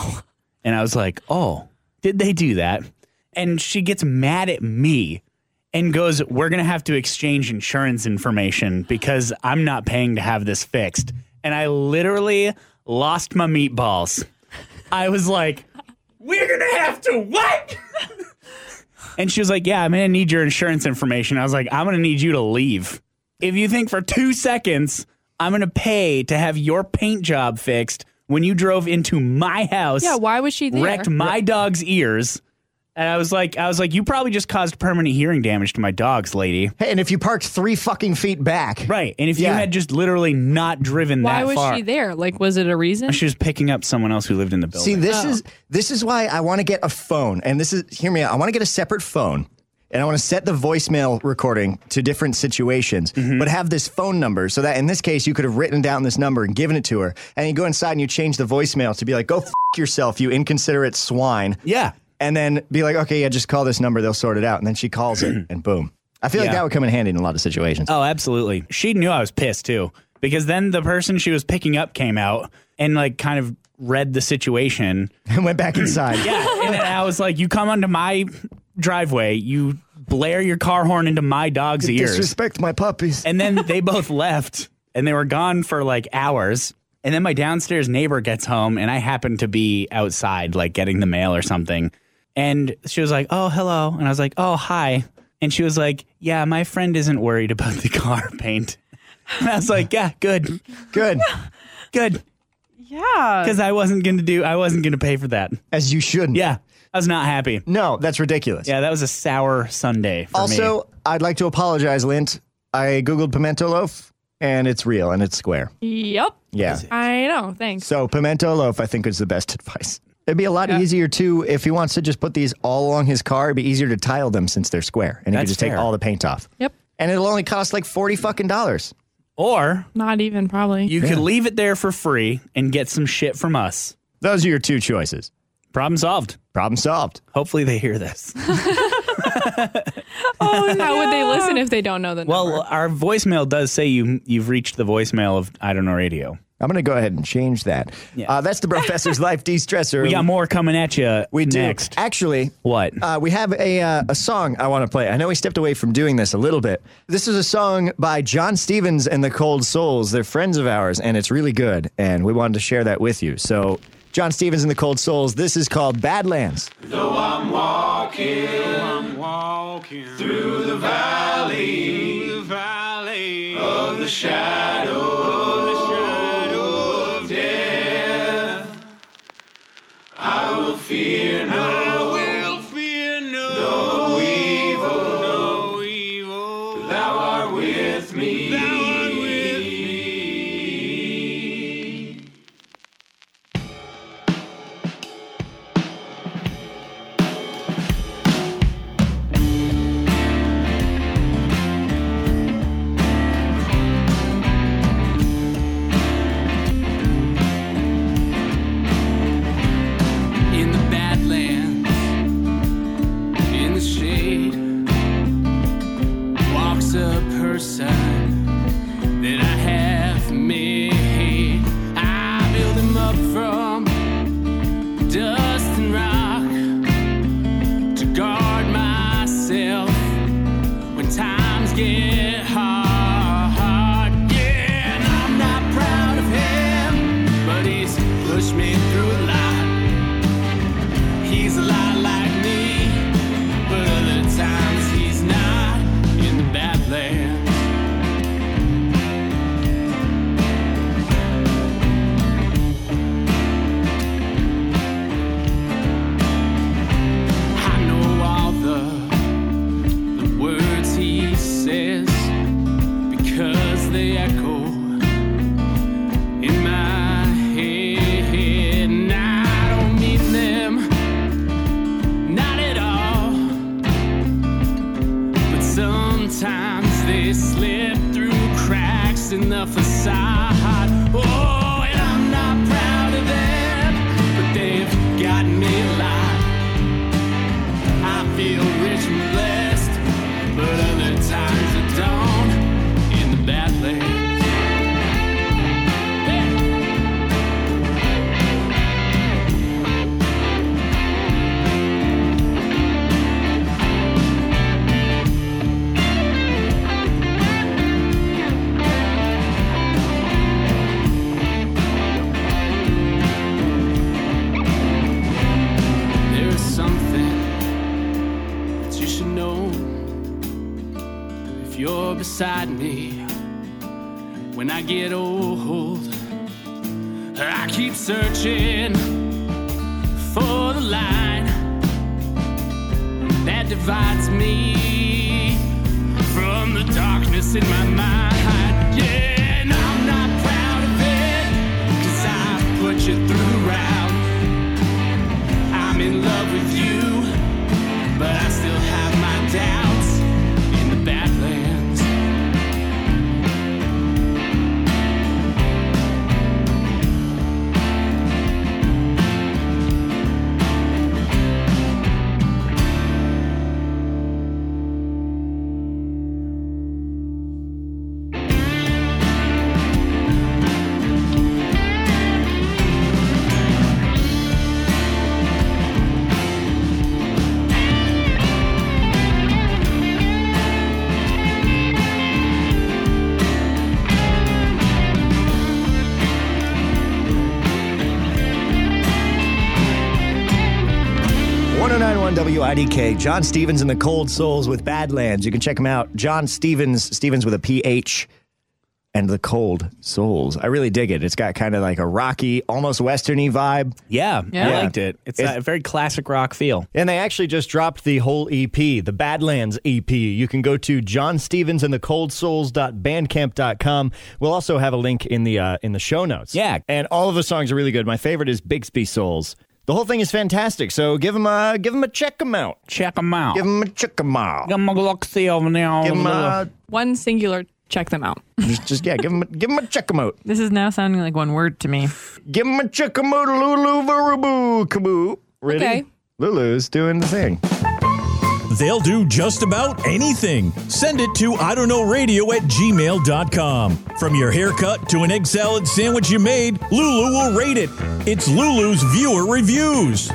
Speaker 4: And I was like, oh, did they do that? And she gets mad at me and goes, We're going to have to exchange insurance information because I'm not paying to have this fixed. And I literally lost my meatballs. I was like, We're going to have to what? and she was like, Yeah, I'm going to need your insurance information. I was like, I'm going to need you to leave. If you think for two seconds I'm going to pay to have your paint job fixed when you drove into my house
Speaker 2: Yeah, why was she there?
Speaker 4: wrecked my dog's ears. And I was like, I was like, you probably just caused permanent hearing damage to my dogs, lady.
Speaker 3: Hey, and if you parked three fucking feet back,
Speaker 4: Right. And if you
Speaker 3: Yeah.
Speaker 4: had just literally not driven
Speaker 2: why
Speaker 4: that
Speaker 2: was
Speaker 4: far,
Speaker 2: she there? Like, was it a reason?
Speaker 4: she was picking up someone else who lived in the building.
Speaker 3: See,
Speaker 4: Oh.
Speaker 3: this is this is why I want to get a phone, and this is hear me out. I want to get a separate phone, and I want to set the voicemail recording to different situations,
Speaker 4: Mm-hmm.
Speaker 3: but have this phone number so that in this case you could have written down this number and given it to her, and you go inside and you change the voicemail to be like, "Go f- yourself, you inconsiderate swine,"
Speaker 4: yeah.
Speaker 3: and then be like, "Okay, yeah, just call this number; they'll sort it out." And then she calls it, and boom. I feel like
Speaker 4: Yeah.
Speaker 3: that would come in handy in a lot of situations.
Speaker 4: Oh, absolutely. She knew I was pissed too, because then the person she was picking up came out and like kind of read the situation.
Speaker 3: and went back inside.
Speaker 4: Yeah. and then I was like, you come onto my driveway, you blare your car horn into my dog's ears.
Speaker 3: Disrespect my puppies.
Speaker 4: And then they both left and they were gone for like hours. And then my downstairs neighbor gets home and I happen to be outside, like getting the mail or something. And she was like, Oh, hello. And I was like, Oh, hi. And she was like, Yeah, my friend isn't worried about the car paint. And I was like, Yeah, good,
Speaker 3: Good.
Speaker 4: good.
Speaker 5: Yeah.
Speaker 4: Because I wasn't going to do, I wasn't going to pay for that.
Speaker 3: As you shouldn't.
Speaker 4: Yeah. I was not happy.
Speaker 3: No, that's ridiculous.
Speaker 4: Yeah, that was a sour Sunday for me.
Speaker 3: Also, I'd like to apologize, Lint. I googled pimento loaf, and it's real and it's square.
Speaker 2: yep.
Speaker 3: Yeah.
Speaker 2: I know. Thanks.
Speaker 3: So pimento loaf, I think, is the best advice. It'd be a lot easier too if he wants to just put these all along his car. It'd be easier to tile them since they're square, and he could
Speaker 4: That's
Speaker 3: just take
Speaker 4: fair.
Speaker 3: all the paint off.
Speaker 2: Yep.
Speaker 3: And it'll only cost like forty fucking dollars.
Speaker 4: or
Speaker 2: Not even probably.
Speaker 4: you could leave it there for free and get some shit from us.
Speaker 3: Those are your two choices.
Speaker 4: Problem solved.
Speaker 3: Problem solved.
Speaker 4: Hopefully they hear this.
Speaker 2: oh, how would they listen if they don't know the number?
Speaker 4: Well, our voicemail does say you you've reached the voicemail of I don't know radio.
Speaker 3: I'm gonna go ahead and change that.
Speaker 4: Yeah.
Speaker 3: Uh, that's the professor's life de-stressor.
Speaker 4: We got more coming at you.
Speaker 3: We do.
Speaker 4: next.
Speaker 3: Actually,
Speaker 4: What?
Speaker 3: Uh, we have a uh, a song I want to play. I know we stepped away from doing this a little bit. This is a song by John Stevens and the Cold Souls. They're friends of ours, and it's really good. And we wanted to share that with you. So, John Stevens and the Cold Souls. This is called Badlands.
Speaker 10: he's a lot like me, but other times he's not in that land. I know all the, the words he says because they echo in my head. And I don't mean them, not at all. But sometimes they slip through cracks in the facade. Oh, and I'm not proud of them, but they've got me locked. I feel rich and blessed, but other times I don't in the Badlands. Hey! There's something that you should know if you're beside me when I get old. I keep searching for the line that divides me from the darkness in my mind. Yeah, and I'm not proud of it, cause I put you through round. I'm in love with you but I still have my doubts in the Badlands.
Speaker 3: one WIDK, John Stevens and the Cold Souls with Badlands. You can check them out. John Stevens, Stevens with a PH, and the Cold Souls. I really dig it. It's got kind of like a rocky, almost westerny vibe.
Speaker 4: Yeah, I
Speaker 5: Yeah.
Speaker 4: liked it. It's,
Speaker 3: It's-
Speaker 4: a very classic rock feel.
Speaker 3: And they actually just dropped the whole EP, the Badlands EP. You can go to John Stevens and the Cold Souls.bandcamp.com. We'll also have a link in the uh, in the show notes.
Speaker 4: Yeah.
Speaker 3: and all of the songs are really good. My favorite is Bixby Souls. The whole thing is fantastic. So give them a give them a check them out.
Speaker 4: Check them out.
Speaker 3: Give them a check them out.
Speaker 4: Give 'em a look see over there.
Speaker 3: Give them a
Speaker 2: One singular, check them out.
Speaker 3: just, just yeah. Give them give them a check them out.
Speaker 5: This is now sounding like one word to me.
Speaker 3: Give them a check them out. Lulu varaboo kaboo. Ready?
Speaker 2: Okay.
Speaker 3: Lulu's doing the thing.
Speaker 1: They'll do just about anything. Send it to I don't know radio at gmail.com. From your haircut to an egg salad sandwich you made, Lulu will rate it. It's Lulu's viewer reviews.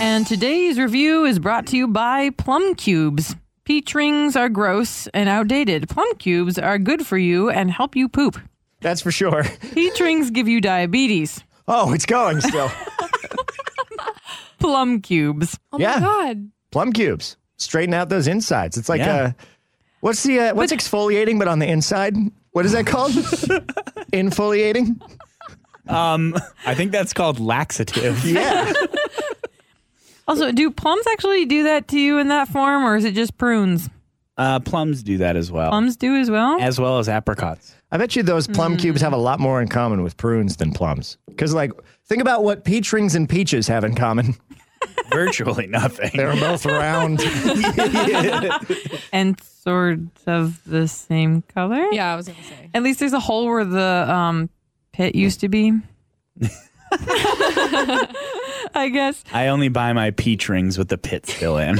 Speaker 5: And today's review is brought to you by Plum Cubes. Peach rings are gross and outdated. Plum Cubes are good for you and help you poop.
Speaker 3: That's for sure.
Speaker 5: Peach rings give you diabetes.
Speaker 3: Oh, it's going still.
Speaker 5: Plum Cubes.
Speaker 2: Oh
Speaker 3: Yeah.
Speaker 2: my god.
Speaker 3: plum cubes. Straighten out those insides. It's like
Speaker 4: Yeah.
Speaker 3: uh, what's the uh, what's exfoliating, but on the inside. What is that called? Infoliating.
Speaker 4: I think that's called laxative.
Speaker 3: Yeah.
Speaker 5: Also, do plums actually do that to you in that form, or is it just prunes?
Speaker 4: uh, plums do that as well,
Speaker 5: Plums do as well?
Speaker 4: as well as apricots.
Speaker 3: I bet you those plum cubes have a lot more in common with prunes than plums. Because like, think about what peach rings and peaches have in common.
Speaker 4: Virtually nothing.
Speaker 3: They're both round.
Speaker 5: and sort of the same color?
Speaker 2: Yeah, I was gonna say.
Speaker 5: At least there's a hole where the um, pit used to be. I guess.
Speaker 4: I only buy my peach rings with the pit still in.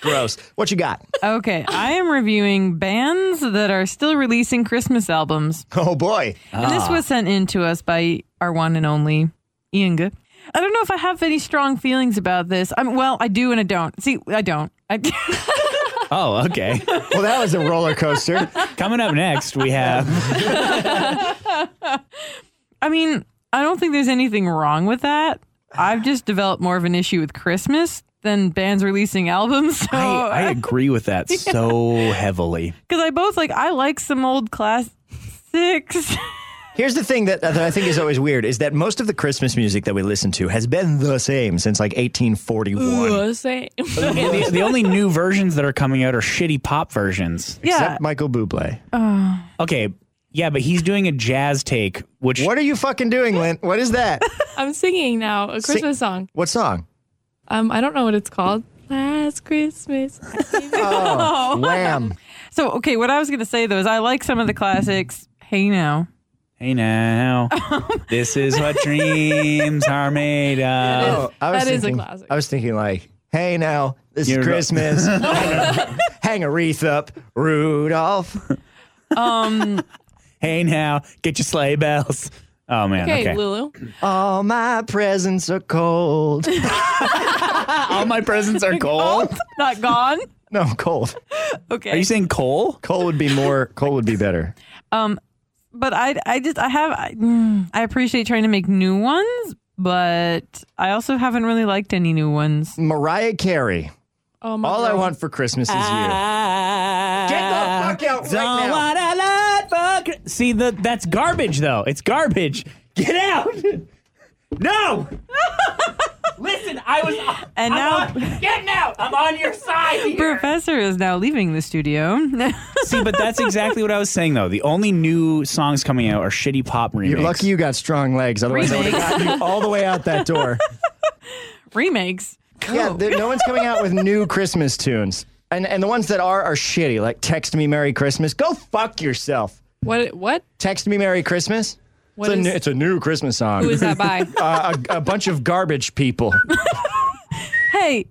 Speaker 3: Gross. What you got?
Speaker 5: Okay, I am reviewing bands that are still releasing Christmas albums.
Speaker 3: Oh boy.
Speaker 5: And
Speaker 4: Ah.
Speaker 5: this was sent in to us by our one and only Inga. I don't know if I have any strong feelings about this. I'm well, I do and I don't. See, I don't. I,
Speaker 4: oh, okay.
Speaker 3: Well, that was a roller coaster.
Speaker 4: Coming up next, we have.
Speaker 5: I mean, I don't think there's anything wrong with that. I've just developed more of an issue with Christmas than bands releasing albums. So
Speaker 4: I, I agree with that so heavily.
Speaker 5: because I both like I like some old classics.
Speaker 3: Here's the thing that, that I think is always weird is that most of the Christmas music that we listen to has been the same since like 1841.
Speaker 2: Ooh, same.
Speaker 4: the, the only new versions that are coming out are shitty pop versions.
Speaker 3: Except Michael Bublé.
Speaker 5: Oh.
Speaker 4: Okay, yeah, but he's doing a jazz take, which
Speaker 3: What are you fucking doing, Lint? What is that?
Speaker 2: I'm singing now a Christmas song.
Speaker 3: What song?
Speaker 2: Um, I don't know what it's called. Last Christmas.
Speaker 5: Oh.
Speaker 3: Wham.
Speaker 5: So okay, what I was gonna say though is I like some of the classics. Hey now,
Speaker 4: Hey now, this is what dreams are made of.
Speaker 3: Oh, I was
Speaker 2: That is a
Speaker 3: thinking,
Speaker 2: classic.
Speaker 3: I was thinking like, hey now, this
Speaker 4: You're
Speaker 3: is
Speaker 4: go-
Speaker 3: Christmas. hang, a, hang a wreath up, Rudolph.
Speaker 5: um,
Speaker 4: Hey now, get your sleigh bells. Oh man,
Speaker 2: Okay,
Speaker 4: okay.
Speaker 2: Lulu.
Speaker 3: All my presents are cold.
Speaker 4: All my presents are cold.
Speaker 5: not gone.
Speaker 3: no, cold.
Speaker 5: Okay,
Speaker 4: Are you saying coal?
Speaker 3: Cold would be more. Cold would be better.
Speaker 5: um, but I I just I have I, mm, I appreciate trying to make new ones, but I also haven't really liked any new ones.
Speaker 3: Mariah Carey.
Speaker 2: Oh my
Speaker 3: All I
Speaker 2: God.
Speaker 3: want for Christmas is you. Get the fuck out right
Speaker 4: Don't
Speaker 3: now.
Speaker 4: want a lot for Chri- See, the, that's garbage, though. It's garbage. Get out. No. Listen, I was.
Speaker 5: And now
Speaker 4: Get out. I'm on your side.
Speaker 5: Professor is now leaving the studio.
Speaker 4: See, but that's exactly what I was saying, though. The only new songs coming out are shitty pop remakes.
Speaker 3: You're lucky you got strong legs. Otherwise, I would have gotten you all the way out that door.
Speaker 5: Remakes.
Speaker 3: Yeah, there, no one's coming out with new Christmas tunes. And, and the ones that are are shitty, like Text Me Merry Christmas. Go fuck yourself.
Speaker 2: What? What?
Speaker 3: Text Me Merry Christmas.
Speaker 2: What
Speaker 3: it's, a
Speaker 2: is-
Speaker 3: new, it's a new Christmas song.
Speaker 2: Who is that by?
Speaker 3: uh, a, a bunch of garbage people.
Speaker 5: Hey,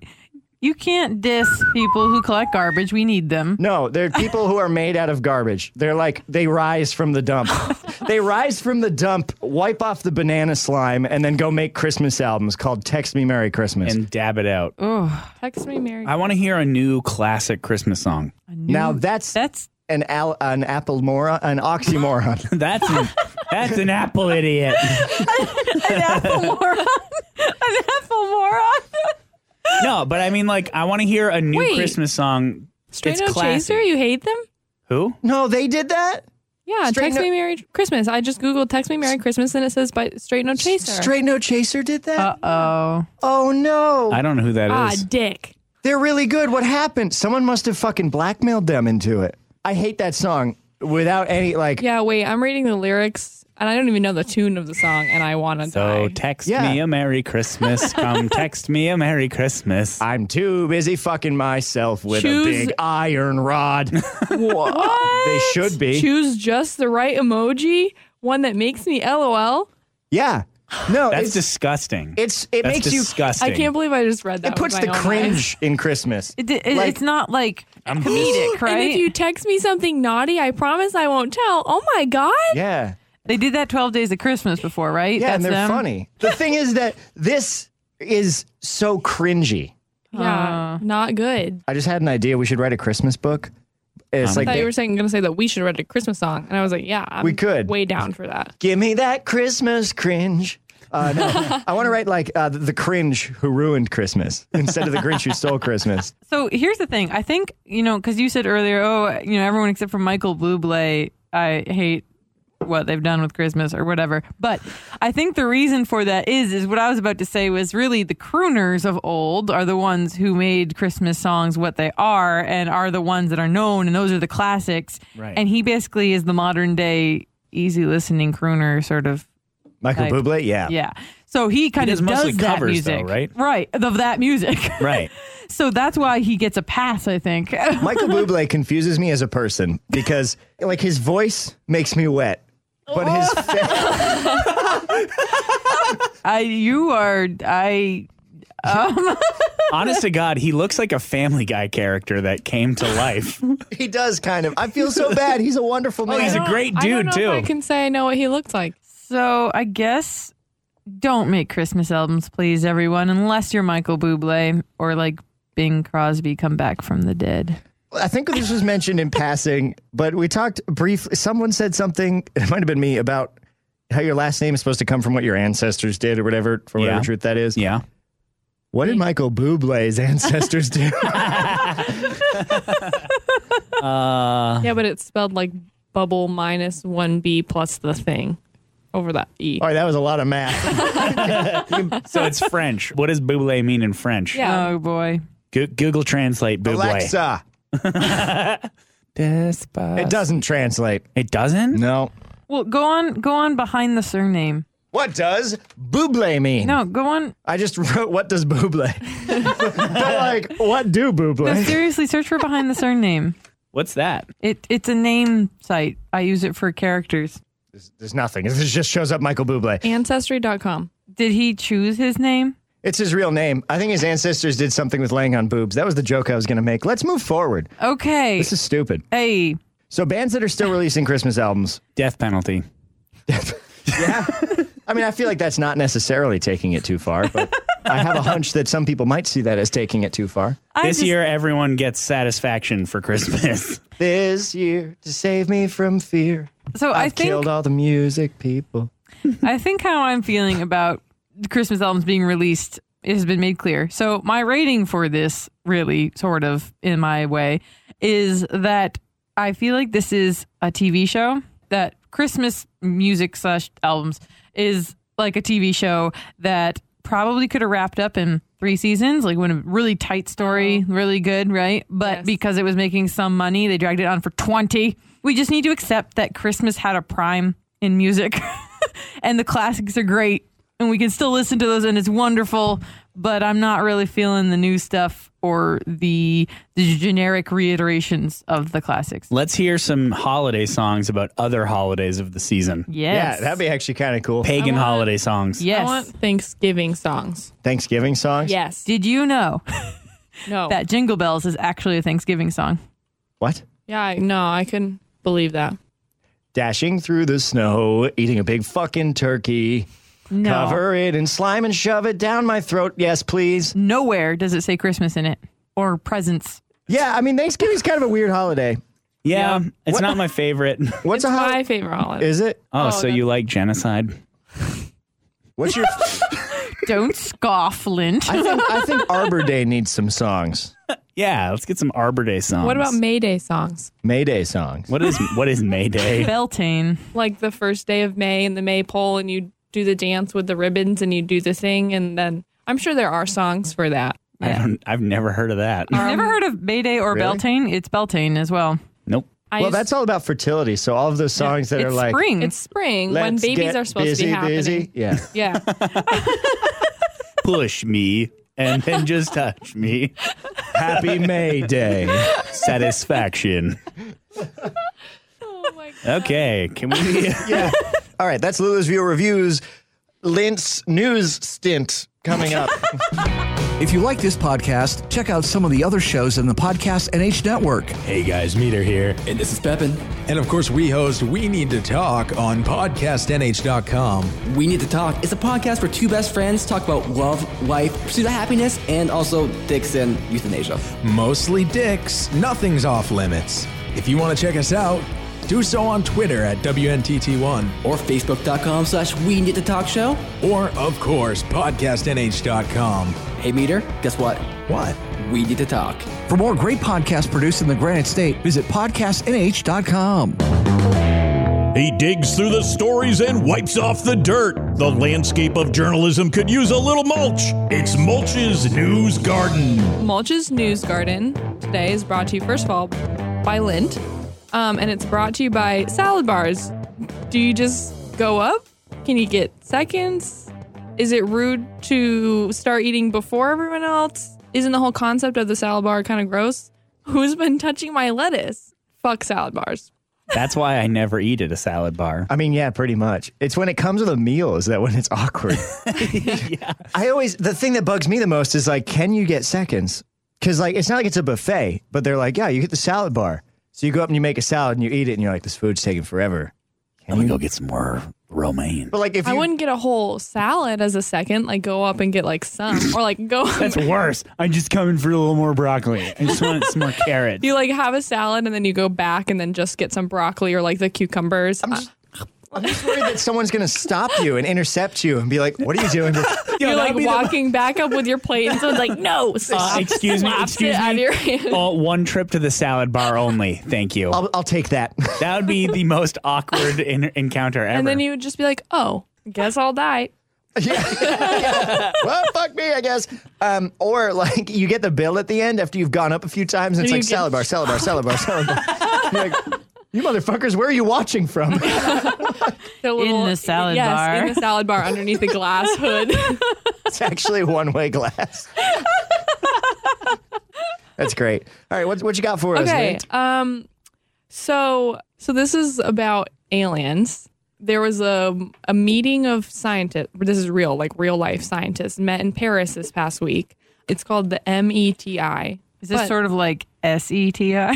Speaker 5: you can't diss people who collect garbage. We need them.
Speaker 3: No, they're people who are made out of garbage. They're like, they rise from the dump. they rise from the dump, wipe off the banana slime, and then go make Christmas albums called Text Me Merry Christmas.
Speaker 4: And dab it out.
Speaker 2: Mm. Text me, Mary.
Speaker 4: I want to hear a new classic Christmas song.
Speaker 3: now that's
Speaker 5: That's
Speaker 3: an, al- an apple moron, an oxymoron.
Speaker 4: That's an, that's an apple idiot.
Speaker 5: an apple moron. an apple moron.
Speaker 4: No, but I mean, like, I want to hear a new
Speaker 2: Wait.
Speaker 4: Christmas song.
Speaker 2: Straight
Speaker 4: It's
Speaker 2: No
Speaker 4: classic.
Speaker 2: Chaser. You hate them?
Speaker 4: Who?
Speaker 3: no, they did that?
Speaker 2: Yeah.
Speaker 3: Straight
Speaker 2: text
Speaker 3: No-
Speaker 2: me, Merry Christmas. I just googled "Text me, Merry Christmas" and it says by Straight No Chaser.
Speaker 3: Straight No Chaser did that?
Speaker 5: Uh oh.
Speaker 3: oh no.
Speaker 4: I don't know who that is.
Speaker 2: Ah, dick.
Speaker 3: They're really good. What happened? Someone must have fucking blackmailed them into it. I hate that song without any, like,
Speaker 2: Yeah. Wait. I'm reading the lyrics and I don't even know the tune of the song and I want to die.
Speaker 4: So text
Speaker 3: Yeah.
Speaker 4: me a Merry Christmas. Come text me a Merry Christmas.
Speaker 3: I'm too busy fucking myself with
Speaker 2: Choose-
Speaker 3: a big iron rod. what? They should be.
Speaker 2: Choose just the right emoji. One that makes me LOL.
Speaker 3: yeah. No,
Speaker 4: That's
Speaker 3: it's,
Speaker 4: disgusting.
Speaker 3: it's it
Speaker 4: That's
Speaker 3: makes
Speaker 4: disgusting.
Speaker 2: I can't believe I just read
Speaker 3: you.
Speaker 2: that.
Speaker 3: It puts
Speaker 2: with
Speaker 3: the
Speaker 2: my own eyes.
Speaker 3: cringe in Christmas.
Speaker 5: It, it,
Speaker 3: Like-
Speaker 5: it's not like
Speaker 4: I'm-
Speaker 5: comedic, right?
Speaker 2: And if you text me something naughty, I promise I won't tell. Oh my god.
Speaker 3: Yeah.
Speaker 5: they did that 12 Days of Christmas before, right?
Speaker 3: Yeah, and
Speaker 5: That's
Speaker 3: they're
Speaker 5: them?
Speaker 3: funny. The thing is that this is so cringy.
Speaker 2: Yeah. Not good.
Speaker 3: I just had an idea. We should write a Christmas book. It's
Speaker 2: Um, I thought you
Speaker 3: like,
Speaker 2: were saying going to say that we should write a Christmas song, and I was like, yeah, I'm
Speaker 3: We could.
Speaker 2: way down for that.
Speaker 3: give me that Christmas cringe. Uh, no, I want to write like uh, the, the cringe who ruined Christmas instead of the Grinch who stole Christmas.
Speaker 5: So here's the thing. I think, you know, because you said earlier, oh, you know, everyone except for Michael Bublé, I hate what they've done with Christmas or whatever. But I think the reason for that is, is what I was about to say was really the crooners of old are the ones who made Christmas songs what they are and are the ones that are known. And those are the classics.
Speaker 4: Right.
Speaker 5: And he basically is the modern day easy listening crooner sort of
Speaker 3: Michael
Speaker 5: Like-
Speaker 3: Bublé, yeah.
Speaker 5: Yeah. So he kind
Speaker 4: He
Speaker 5: of
Speaker 4: does mostly
Speaker 5: that
Speaker 4: covers, though,
Speaker 5: music,
Speaker 4: right?
Speaker 5: Right, of that music.
Speaker 4: Right.
Speaker 5: so that's why he gets a pass, I think.
Speaker 3: Michael Bublé confuses me as a person because like his voice makes me wet, but his
Speaker 4: Oh.
Speaker 3: fa-
Speaker 5: I, you are, I,
Speaker 4: Honest to God, he looks like a Family Guy character that came to life.
Speaker 3: he does kind of. I feel so bad. He's a wonderful man.
Speaker 4: Oh, he's a
Speaker 2: I don't-
Speaker 4: great
Speaker 2: I don't
Speaker 4: dude,
Speaker 2: know if
Speaker 4: too.
Speaker 2: I can say I know what he looked like.
Speaker 5: so I guess don't make Christmas albums, please, everyone, unless you're Michael Bublé or like Bing Crosby come back from the dead.
Speaker 3: I think this was mentioned in passing, but we talked briefly. Someone said something. It might have been me about how your last name is supposed to come from what your ancestors did or whatever, for whatever
Speaker 4: Yeah.
Speaker 3: truth that is?
Speaker 4: Yeah.
Speaker 3: What did Michael Bublé's ancestors do?
Speaker 4: Uh,
Speaker 2: Yeah, but it's spelled like bubble minus one B plus the thing over that E.
Speaker 3: All right, that was a lot of math.
Speaker 4: so it's French. What does buble mean in French?
Speaker 3: Um,
Speaker 2: Yeah.
Speaker 5: Oh boy.
Speaker 4: Goo- Google Translate buble.
Speaker 3: Alexa, it doesn't translate.
Speaker 4: It doesn't?
Speaker 3: No.
Speaker 5: Well, go on, go on behind the surname.
Speaker 3: What does Buble mean?
Speaker 5: No, go on.
Speaker 3: I just wrote, what does Buble? They're like, what
Speaker 5: No,
Speaker 3: do Buble?
Speaker 5: seriously, search for behind the surname.
Speaker 4: What's that?
Speaker 5: It it's a name site. I use it for characters.
Speaker 3: There's, there's nothing. It just shows up Michael Buble.
Speaker 2: Ancestry.com.
Speaker 5: Did he choose his name?
Speaker 3: It's his real name. I think his ancestors did something with laying on boobs. That was the joke I was going to make. Let's move forward.
Speaker 5: Okay.
Speaker 3: This is stupid.
Speaker 5: hey,
Speaker 3: So bands that are still releasing Christmas albums.
Speaker 4: Death penalty.
Speaker 3: Yeah. I mean, I feel like that's not necessarily taking it too far, but I have a hunch that some people might see that as taking it too far.
Speaker 5: I
Speaker 4: this
Speaker 5: just-
Speaker 4: year, everyone gets satisfaction for Christmas.
Speaker 3: This year to save me from fear.
Speaker 5: So I
Speaker 3: I've
Speaker 5: think
Speaker 3: killed all the music people.
Speaker 5: I think how I'm feeling about the Christmas albums being released has been made clear. So my rating for this, really, sort of, in my way, is that I feel like this is a TV show that Christmas music slash albums is like a TV show that probably could have wrapped up in three seasons, like when a really tight story, really good, right? But
Speaker 2: Yes.
Speaker 5: because it was making some money, they dragged it on for 20. We just need to accept that Christmas had a prime in music and the classics are great and we can still listen to those and it's wonderful, but I'm not really feeling the new stuff or the the generic reiterations of the classics.
Speaker 4: Let's hear some holiday songs about other holidays of the season.
Speaker 5: Yes.
Speaker 3: Yeah, that'd be actually kind of cool.
Speaker 4: Pagan holiday songs.
Speaker 5: Yes.
Speaker 2: I want Thanksgiving songs.
Speaker 3: Thanksgiving songs?
Speaker 2: Yes.
Speaker 5: Did you know
Speaker 2: No.
Speaker 5: that Jingle Bells is actually a Thanksgiving song?
Speaker 3: What?
Speaker 2: yeah, I- no, I couldn't believe that.
Speaker 3: Dashing through the snow, eating a big fucking turkey.
Speaker 5: No.
Speaker 3: Cover it in slime and shove it down my throat. Yes, please.
Speaker 5: Nowhere does it say Christmas in it or presents.
Speaker 3: Yeah, I mean, Thanksgiving's kind of a weird holiday.
Speaker 4: Yeah, it's not my favorite. oh,
Speaker 3: What's a
Speaker 2: My
Speaker 3: holiday?
Speaker 2: favorite holiday.
Speaker 3: Is it?
Speaker 4: so you like genocide?
Speaker 3: What's your.
Speaker 5: Don't scoff, Lint.
Speaker 3: I think, I think Arbor Day needs some songs.
Speaker 4: Yeah, let's get some Arbor Day songs.
Speaker 2: what about May Day songs?
Speaker 3: May Day songs.
Speaker 4: what is what is May Day?
Speaker 5: Beltane.
Speaker 2: Like the first day of May and the maypole, and you do the dance with the ribbons and you do the thing, and then I'm sure there are songs for that.
Speaker 4: I don't. I've never heard of that.
Speaker 5: You've never heard of Mayday or
Speaker 3: Really?
Speaker 5: Beltane? It's Beltane as well.
Speaker 4: nope.
Speaker 2: I
Speaker 3: Well,
Speaker 2: used-
Speaker 3: that's all about fertility. So all of those songs that are
Speaker 5: it's
Speaker 3: like.
Speaker 5: spring.
Speaker 2: it's spring when
Speaker 3: "Let's
Speaker 2: babies
Speaker 3: get
Speaker 2: are supposed
Speaker 3: busy,
Speaker 2: to be happening.
Speaker 3: Busy. Yeah.
Speaker 2: Yeah.
Speaker 4: Push me and then just touch me.
Speaker 3: Happy May Day.
Speaker 4: Satisfaction.
Speaker 2: oh my god.
Speaker 4: Okay, can we?
Speaker 3: Yeah. All right, that's Lulu's View Reviews. Lint's news stint coming up.
Speaker 11: If you like this podcast, check out some of the other shows in the Podcast NH network.
Speaker 12: Hey guys, Meter here.
Speaker 10: And this is Pepin.
Speaker 11: And of course, we host We Need to Talk on podcastnh.com.
Speaker 10: We Need to Talk is a podcast where two best friends talk about love, life, pursuit of happiness, and also dicks and euthanasia.
Speaker 11: Mostly dicks, nothing's off limits. If you want to check us out, do so on Twitter at WNTT1
Speaker 10: Or facebook.com slash We Need to Talk Show.
Speaker 11: or, of course, podcastnh.com.
Speaker 10: Hey, Meter, guess what?
Speaker 11: What?
Speaker 10: We Need to Talk.
Speaker 11: For more great podcasts produced in the Granite State, visit podcastnh.com.
Speaker 1: He digs through the stories and wipes off the dirt. The landscape of journalism could use a little mulch. It's Mulch's News Garden.
Speaker 2: Mulch's News Garden today is brought to you, first of all, by Lint. Um, and it's brought to you by salad bars. Do you just go up? Can you get seconds? Is it rude to start eating before everyone else? Isn't the whole concept of the salad bar kind of gross? Who's been touching my lettuce? Fuck salad bars.
Speaker 4: That's why I never eat at a salad bar.
Speaker 3: I mean, yeah, pretty much. It's when it comes to the meal is that when it's awkward. I always the thing that bugs me the most is like, can you get seconds? Because like it's not like it's a buffet, but they're like, yeah, you get the salad bar. So you go up and you make a salad and you eat it, and you're like, this food's taking forever.
Speaker 4: Let me go get some more romaine.
Speaker 3: But like if
Speaker 2: I
Speaker 3: you
Speaker 2: wouldn't get a whole salad as a second, like go up and get like some, or like go.
Speaker 4: That's worse. I'm just coming for a little more broccoli. I just want some more carrots.
Speaker 2: You like have a salad and then you go back and then just get some broccoli or like the cucumbers. Uh,
Speaker 3: I'm just worried that someone's going to stop you and intercept you and be like, what are you doing?
Speaker 2: You're like walking back up with your plate, and someone's like, "No,
Speaker 4: Uh,
Speaker 2: stop."
Speaker 4: excuse me,
Speaker 2: Slaps
Speaker 4: excuse
Speaker 2: it out of
Speaker 4: me.
Speaker 2: your hand.
Speaker 4: Oh, one trip to the salad bar only. Thank you. I'll,
Speaker 3: I'll take that.
Speaker 4: That would be the most awkward in, encounter ever.
Speaker 2: And then you would just be like, "Oh, guess I'll die."
Speaker 3: well, fuck me, I guess. Um, or like you get the bill at the end after you've gone up a few times and it's
Speaker 2: And
Speaker 3: like
Speaker 2: you get-
Speaker 3: salad bar, salad bar, salad bar, salad bar. You're like, you motherfuckers, where are you watching from?
Speaker 2: The little-
Speaker 5: the salad
Speaker 2: yes,
Speaker 5: bar.
Speaker 2: in the salad bar underneath the glass hood.
Speaker 3: it's actually one way glass. That's great. All right, what, what you got for us?
Speaker 2: okay.
Speaker 3: Nate?
Speaker 2: Um, so so this is about aliens. There was a a meeting of scientists. This is real, like real life scientists met in Paris this past week. It's called the E METI.
Speaker 5: Is this sort of like S E T I?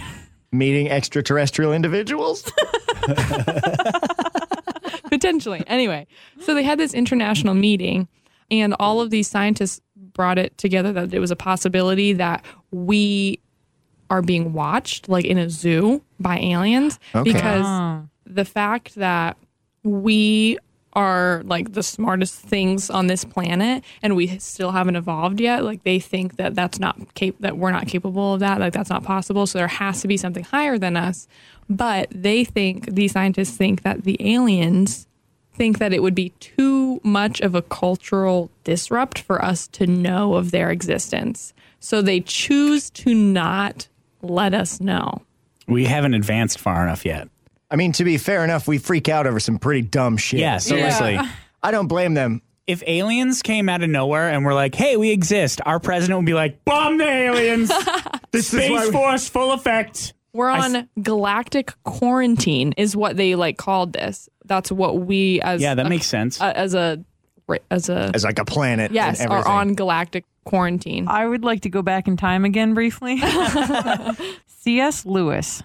Speaker 3: Meeting extraterrestrial individuals?
Speaker 2: potentially. Anyway, so they had this international meeting, and all of these scientists brought it together that it was a possibility that we are being watched, like in a zoo, by aliens
Speaker 10: Okay.
Speaker 2: because
Speaker 10: Oh.
Speaker 2: the fact that we are like the smartest things on this planet and we still haven't evolved yet like they think that that's not cap- that we're not capable of that like that's not possible so there has to be something higher than us but they think these scientists think that the aliens think that it would be too much of a cultural disrupt for us to know of their existence so they choose to not let us know
Speaker 4: we haven't advanced far enough yet.
Speaker 3: I mean, to be fair enough, we freak out over some pretty dumb shit.
Speaker 4: Yeah,
Speaker 3: So, like,
Speaker 4: seriously.
Speaker 3: I don't blame them.
Speaker 4: If aliens came out of nowhere and were like, "Hey, we exist," our president would be like, "Bomb the aliens!
Speaker 2: This is
Speaker 4: Space
Speaker 2: why we-
Speaker 4: Force full effect."
Speaker 2: We're
Speaker 4: I
Speaker 2: on galactic quarantine, is what they like called this. That's what we as
Speaker 4: Yeah, that
Speaker 2: a-
Speaker 4: makes sense.
Speaker 2: a- as a ri- as a
Speaker 3: As like a planet.
Speaker 2: yes
Speaker 5: and
Speaker 2: are
Speaker 5: everything.
Speaker 2: on galactic quarantine.
Speaker 5: I would like to go back in time again briefly. C.S. Lewis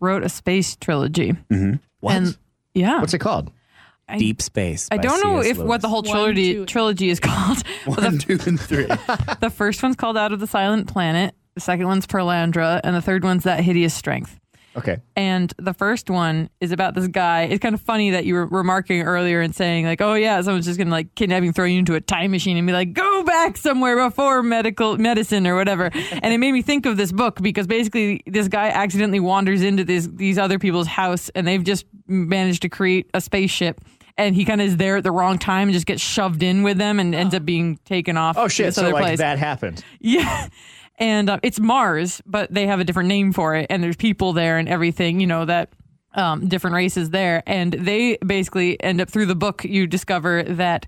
Speaker 5: wrote a space trilogy.
Speaker 4: Mm-hmm.
Speaker 5: What? yeah.
Speaker 3: What's it called?
Speaker 5: I-
Speaker 4: Deep Space.
Speaker 5: I
Speaker 4: by
Speaker 5: don't know
Speaker 4: C.S.
Speaker 5: if what
Speaker 4: Lewis.
Speaker 5: the whole trilogy trilogy is called.
Speaker 4: One, two, and three.
Speaker 5: the first one's called Out of the Silent Planet. The second one's Perlandra, and the third one's That Hideous Strength.
Speaker 3: Okay.
Speaker 5: And the first one is about this guy. It's kind of funny that you were remarking earlier and saying like, "Oh yeah, someone's just gonna like kidnap you, throw you into a time machine, and be like, go back somewhere before medical medicine or whatever." and it made me think of this book because basically this guy accidentally wanders into these these other people's house, and they've just managed to create a spaceship. And he kind of is there at the wrong time and just gets shoved in with them and ends up being taken off.
Speaker 3: Oh,
Speaker 5: to
Speaker 3: shit.
Speaker 5: This
Speaker 3: So,
Speaker 5: other
Speaker 3: like,
Speaker 5: place.
Speaker 3: that happened.
Speaker 5: Yeah. And uh, it's Mars, but they have a different name for it. And there's people there and everything, you know, that um, different races there. And they basically end up through the book, you discover that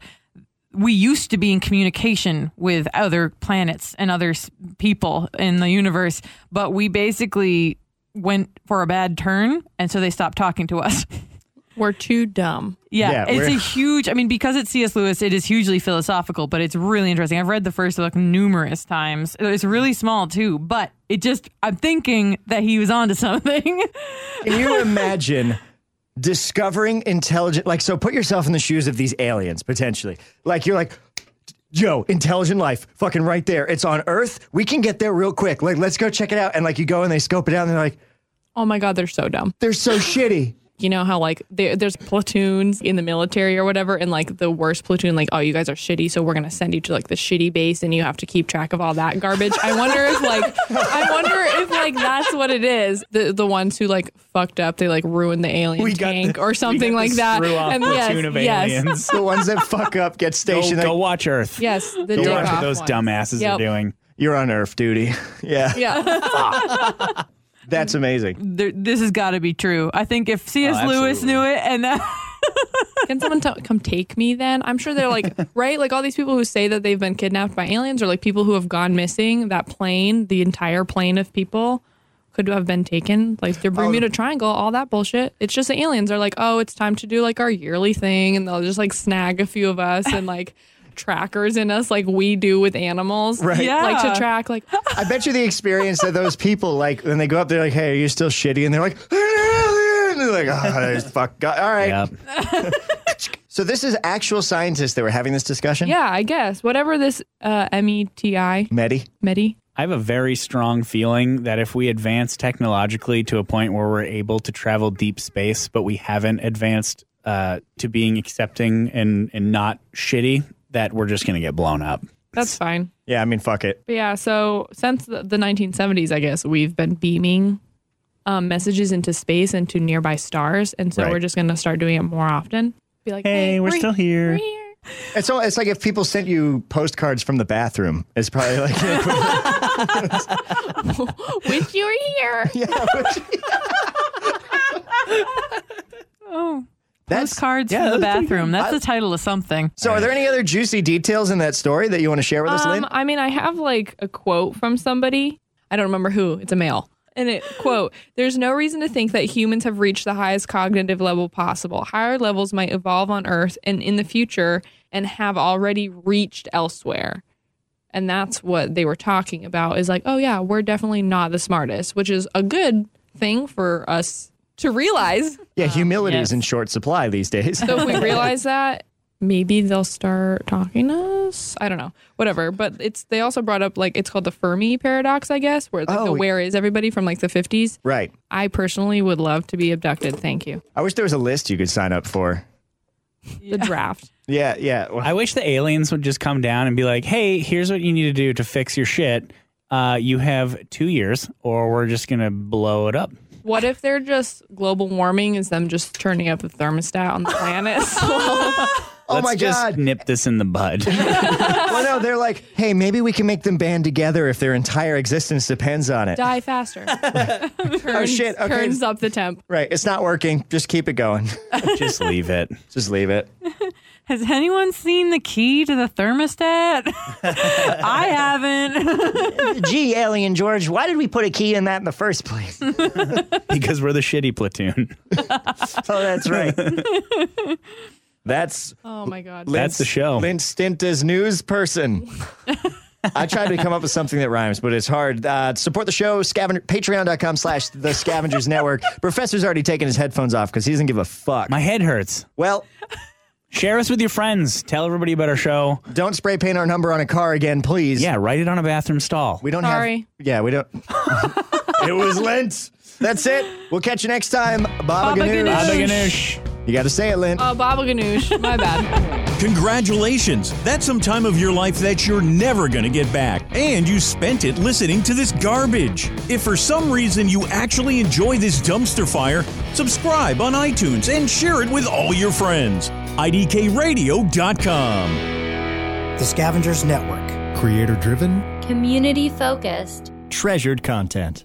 Speaker 5: we used to be in communication with other planets and other s- people in the universe, but we basically went for a bad turn. And so they stopped talking to us.
Speaker 2: We're too dumb.
Speaker 5: Yeah, it's a
Speaker 2: it's
Speaker 5: huge. I mean, because it's C.S. Lewis, it is hugely philosophical, but it's really interesting. I've read the first book numerous times. It's really small too, but it just. I'm thinking that he was onto something.
Speaker 3: Can you imagine discovering intelligent? Like, so put yourself in the shoes of these aliens potentially. Like, you're like, yo, intelligent life, fucking right there. It's on Earth. We can get there real quick. Like, let's go check it out. And like, you go and they scope it out and they're like,
Speaker 2: oh my god, they're so dumb.
Speaker 3: They're so shitty.
Speaker 2: You know how like there, there's platoons in the military or whatever, and like the worst platoon, like oh you guys are shitty, so we're gonna send you to like the shitty base, and you have to keep track of all that garbage. I wonder if like I wonder if like that's what it is. The the ones who like fucked up, they like ruined the alien tank or something like that. And yes, yes.
Speaker 3: the ones that fuck up get stationed.
Speaker 4: go watch Earth.
Speaker 2: Yes, the
Speaker 3: Go
Speaker 2: dick
Speaker 3: watch
Speaker 2: off
Speaker 3: what those
Speaker 2: one.
Speaker 4: dumbasses
Speaker 2: Yep.
Speaker 4: are doing.
Speaker 3: You're on Earth duty. yeah.
Speaker 2: Yeah.
Speaker 3: That's amazing.
Speaker 5: there, this has got to be true. I think if C.S.
Speaker 2: Oh,
Speaker 5: Lewis knew it, and that,
Speaker 2: Can someone t- come take me then? I'm sure they're like, right? Like all these people who say that they've been kidnapped by aliens or like people who have gone missing, that plane, the entire plane of people could have been taken. Like
Speaker 3: Oh.
Speaker 2: the Bermuda Triangle, all that bullshit. It's just the aliens are like, oh, it's time to do like our yearly thing. And they'll just like snag a few of us and like trackers in us like we do with animals.
Speaker 3: Right.
Speaker 2: Like
Speaker 3: Yeah.
Speaker 2: to track like
Speaker 3: I bet you the experience that those people like when they go up, they're like, "Hey, are you still shitty?" And they're like, "And they're like, oh, there's fuck. God. All right." so this is actual scientists that were having this discussion.
Speaker 2: Yeah, I guess. Whatever this uh M E T I
Speaker 3: Medi.
Speaker 2: Medi.
Speaker 4: I have a very strong feeling that if we advance technologically to a point where we're able to travel deep space, but we haven't advanced uh, to being accepting and and not shitty that we're just gonna get blown up.
Speaker 2: That's fine.
Speaker 3: Yeah, I mean, fuck it.
Speaker 2: But yeah, so since the, the 1970s, I guess we've been beaming um, messages into space and to nearby stars, and so
Speaker 3: Right.
Speaker 2: we're just going to start doing it more often. Be like, hey, we're, still
Speaker 4: here.
Speaker 3: It's all, it's like if people sent you postcards from the bathroom. It's probably like
Speaker 2: wish you were here.
Speaker 3: yeah,
Speaker 5: Oh.
Speaker 3: That's-
Speaker 5: Postcards from
Speaker 3: yeah,
Speaker 5: the
Speaker 3: that's pretty
Speaker 5: bathroom.
Speaker 3: good.
Speaker 5: That's
Speaker 3: I-
Speaker 5: the title of something.
Speaker 3: So, are there any other juicy details in that story that you want to share with us, Lynn?
Speaker 2: Um, I mean, I have like a quote from somebody. I don't remember who. It's a male. And it quote, there's no reason to think that humans have reached the highest cognitive level possible. Higher levels might evolve on Earth and in the future and have already reached elsewhere. And that's what they were talking about is like, oh yeah, we're definitely not the smartest, which is a good thing for us to realize.
Speaker 3: Yeah, humility is in short supply these days.
Speaker 2: So if we realize that, maybe they'll start talking to us. I don't know, whatever. But it's they also brought up like it's called the Fermi paradox, I guess, where it's like the
Speaker 3: Oh.
Speaker 2: where is everybody from like the fifties.
Speaker 3: right.
Speaker 2: I personally would love to be abducted. Thank you.
Speaker 3: I wish there was a list you could sign up for.
Speaker 2: The draft.
Speaker 3: Yeah, yeah.
Speaker 4: I wish the aliens would just come down and be like, "Hey, here's what you need to do to fix your shit. Uh, you have two years, or we're just gonna blow it up."
Speaker 2: What if they're just global warming is them just turning up the thermostat on the planet? So
Speaker 3: Oh
Speaker 4: Let's
Speaker 3: my
Speaker 4: just
Speaker 3: God.
Speaker 4: nip this in the bud.
Speaker 3: well, no, they're like, hey, maybe we can make them band together if their entire existence depends on it.
Speaker 2: die faster. turns,
Speaker 3: Oh, shit, okay.
Speaker 2: turns up the temp.
Speaker 3: Right. It's not working. Just keep it going.
Speaker 4: Just leave it.
Speaker 3: Just leave it.
Speaker 5: Has anyone seen the key to the thermostat? I haven't.
Speaker 3: Gee, Alien George, why did we put a key in that in the first place? oh,
Speaker 4: because we're the shitty platoon.
Speaker 3: that's right. That's
Speaker 2: Oh my god.
Speaker 4: That's the show.
Speaker 3: Lynn Stinta's news person. I tried to come up with something that rhymes, but it's hard. Uh, support the show, scavenger, patreon.com slash the scavengers network. Professor's already taken his headphones off because he doesn't give a fuck.
Speaker 4: My head hurts.
Speaker 3: well,
Speaker 4: Share us with your friends. Tell everybody about our show.
Speaker 3: don't spray paint our number on a car again, please.
Speaker 4: Yeah, write it on a bathroom stall.
Speaker 3: We don't
Speaker 2: Sorry.
Speaker 3: have. Yeah, we don't. it was Lent. That's it. We'll catch you next time. Baba,
Speaker 2: Baba
Speaker 3: Ganoush.
Speaker 2: Ganoush.
Speaker 4: Baba ganoush.
Speaker 3: You got to say it, Lynn.
Speaker 2: Oh, Baba Ganoush. My bad.
Speaker 1: Congratulations! That's some time of your life that you're never going to get back, and you spent it listening to this garbage. If for some reason you actually enjoy this dumpster fire, subscribe on iTunes and share it with all your friends. IDKRadio.com.
Speaker 12: The Scavengers Network.
Speaker 11: Creator driven.
Speaker 6: Community focused.
Speaker 3: Treasured content.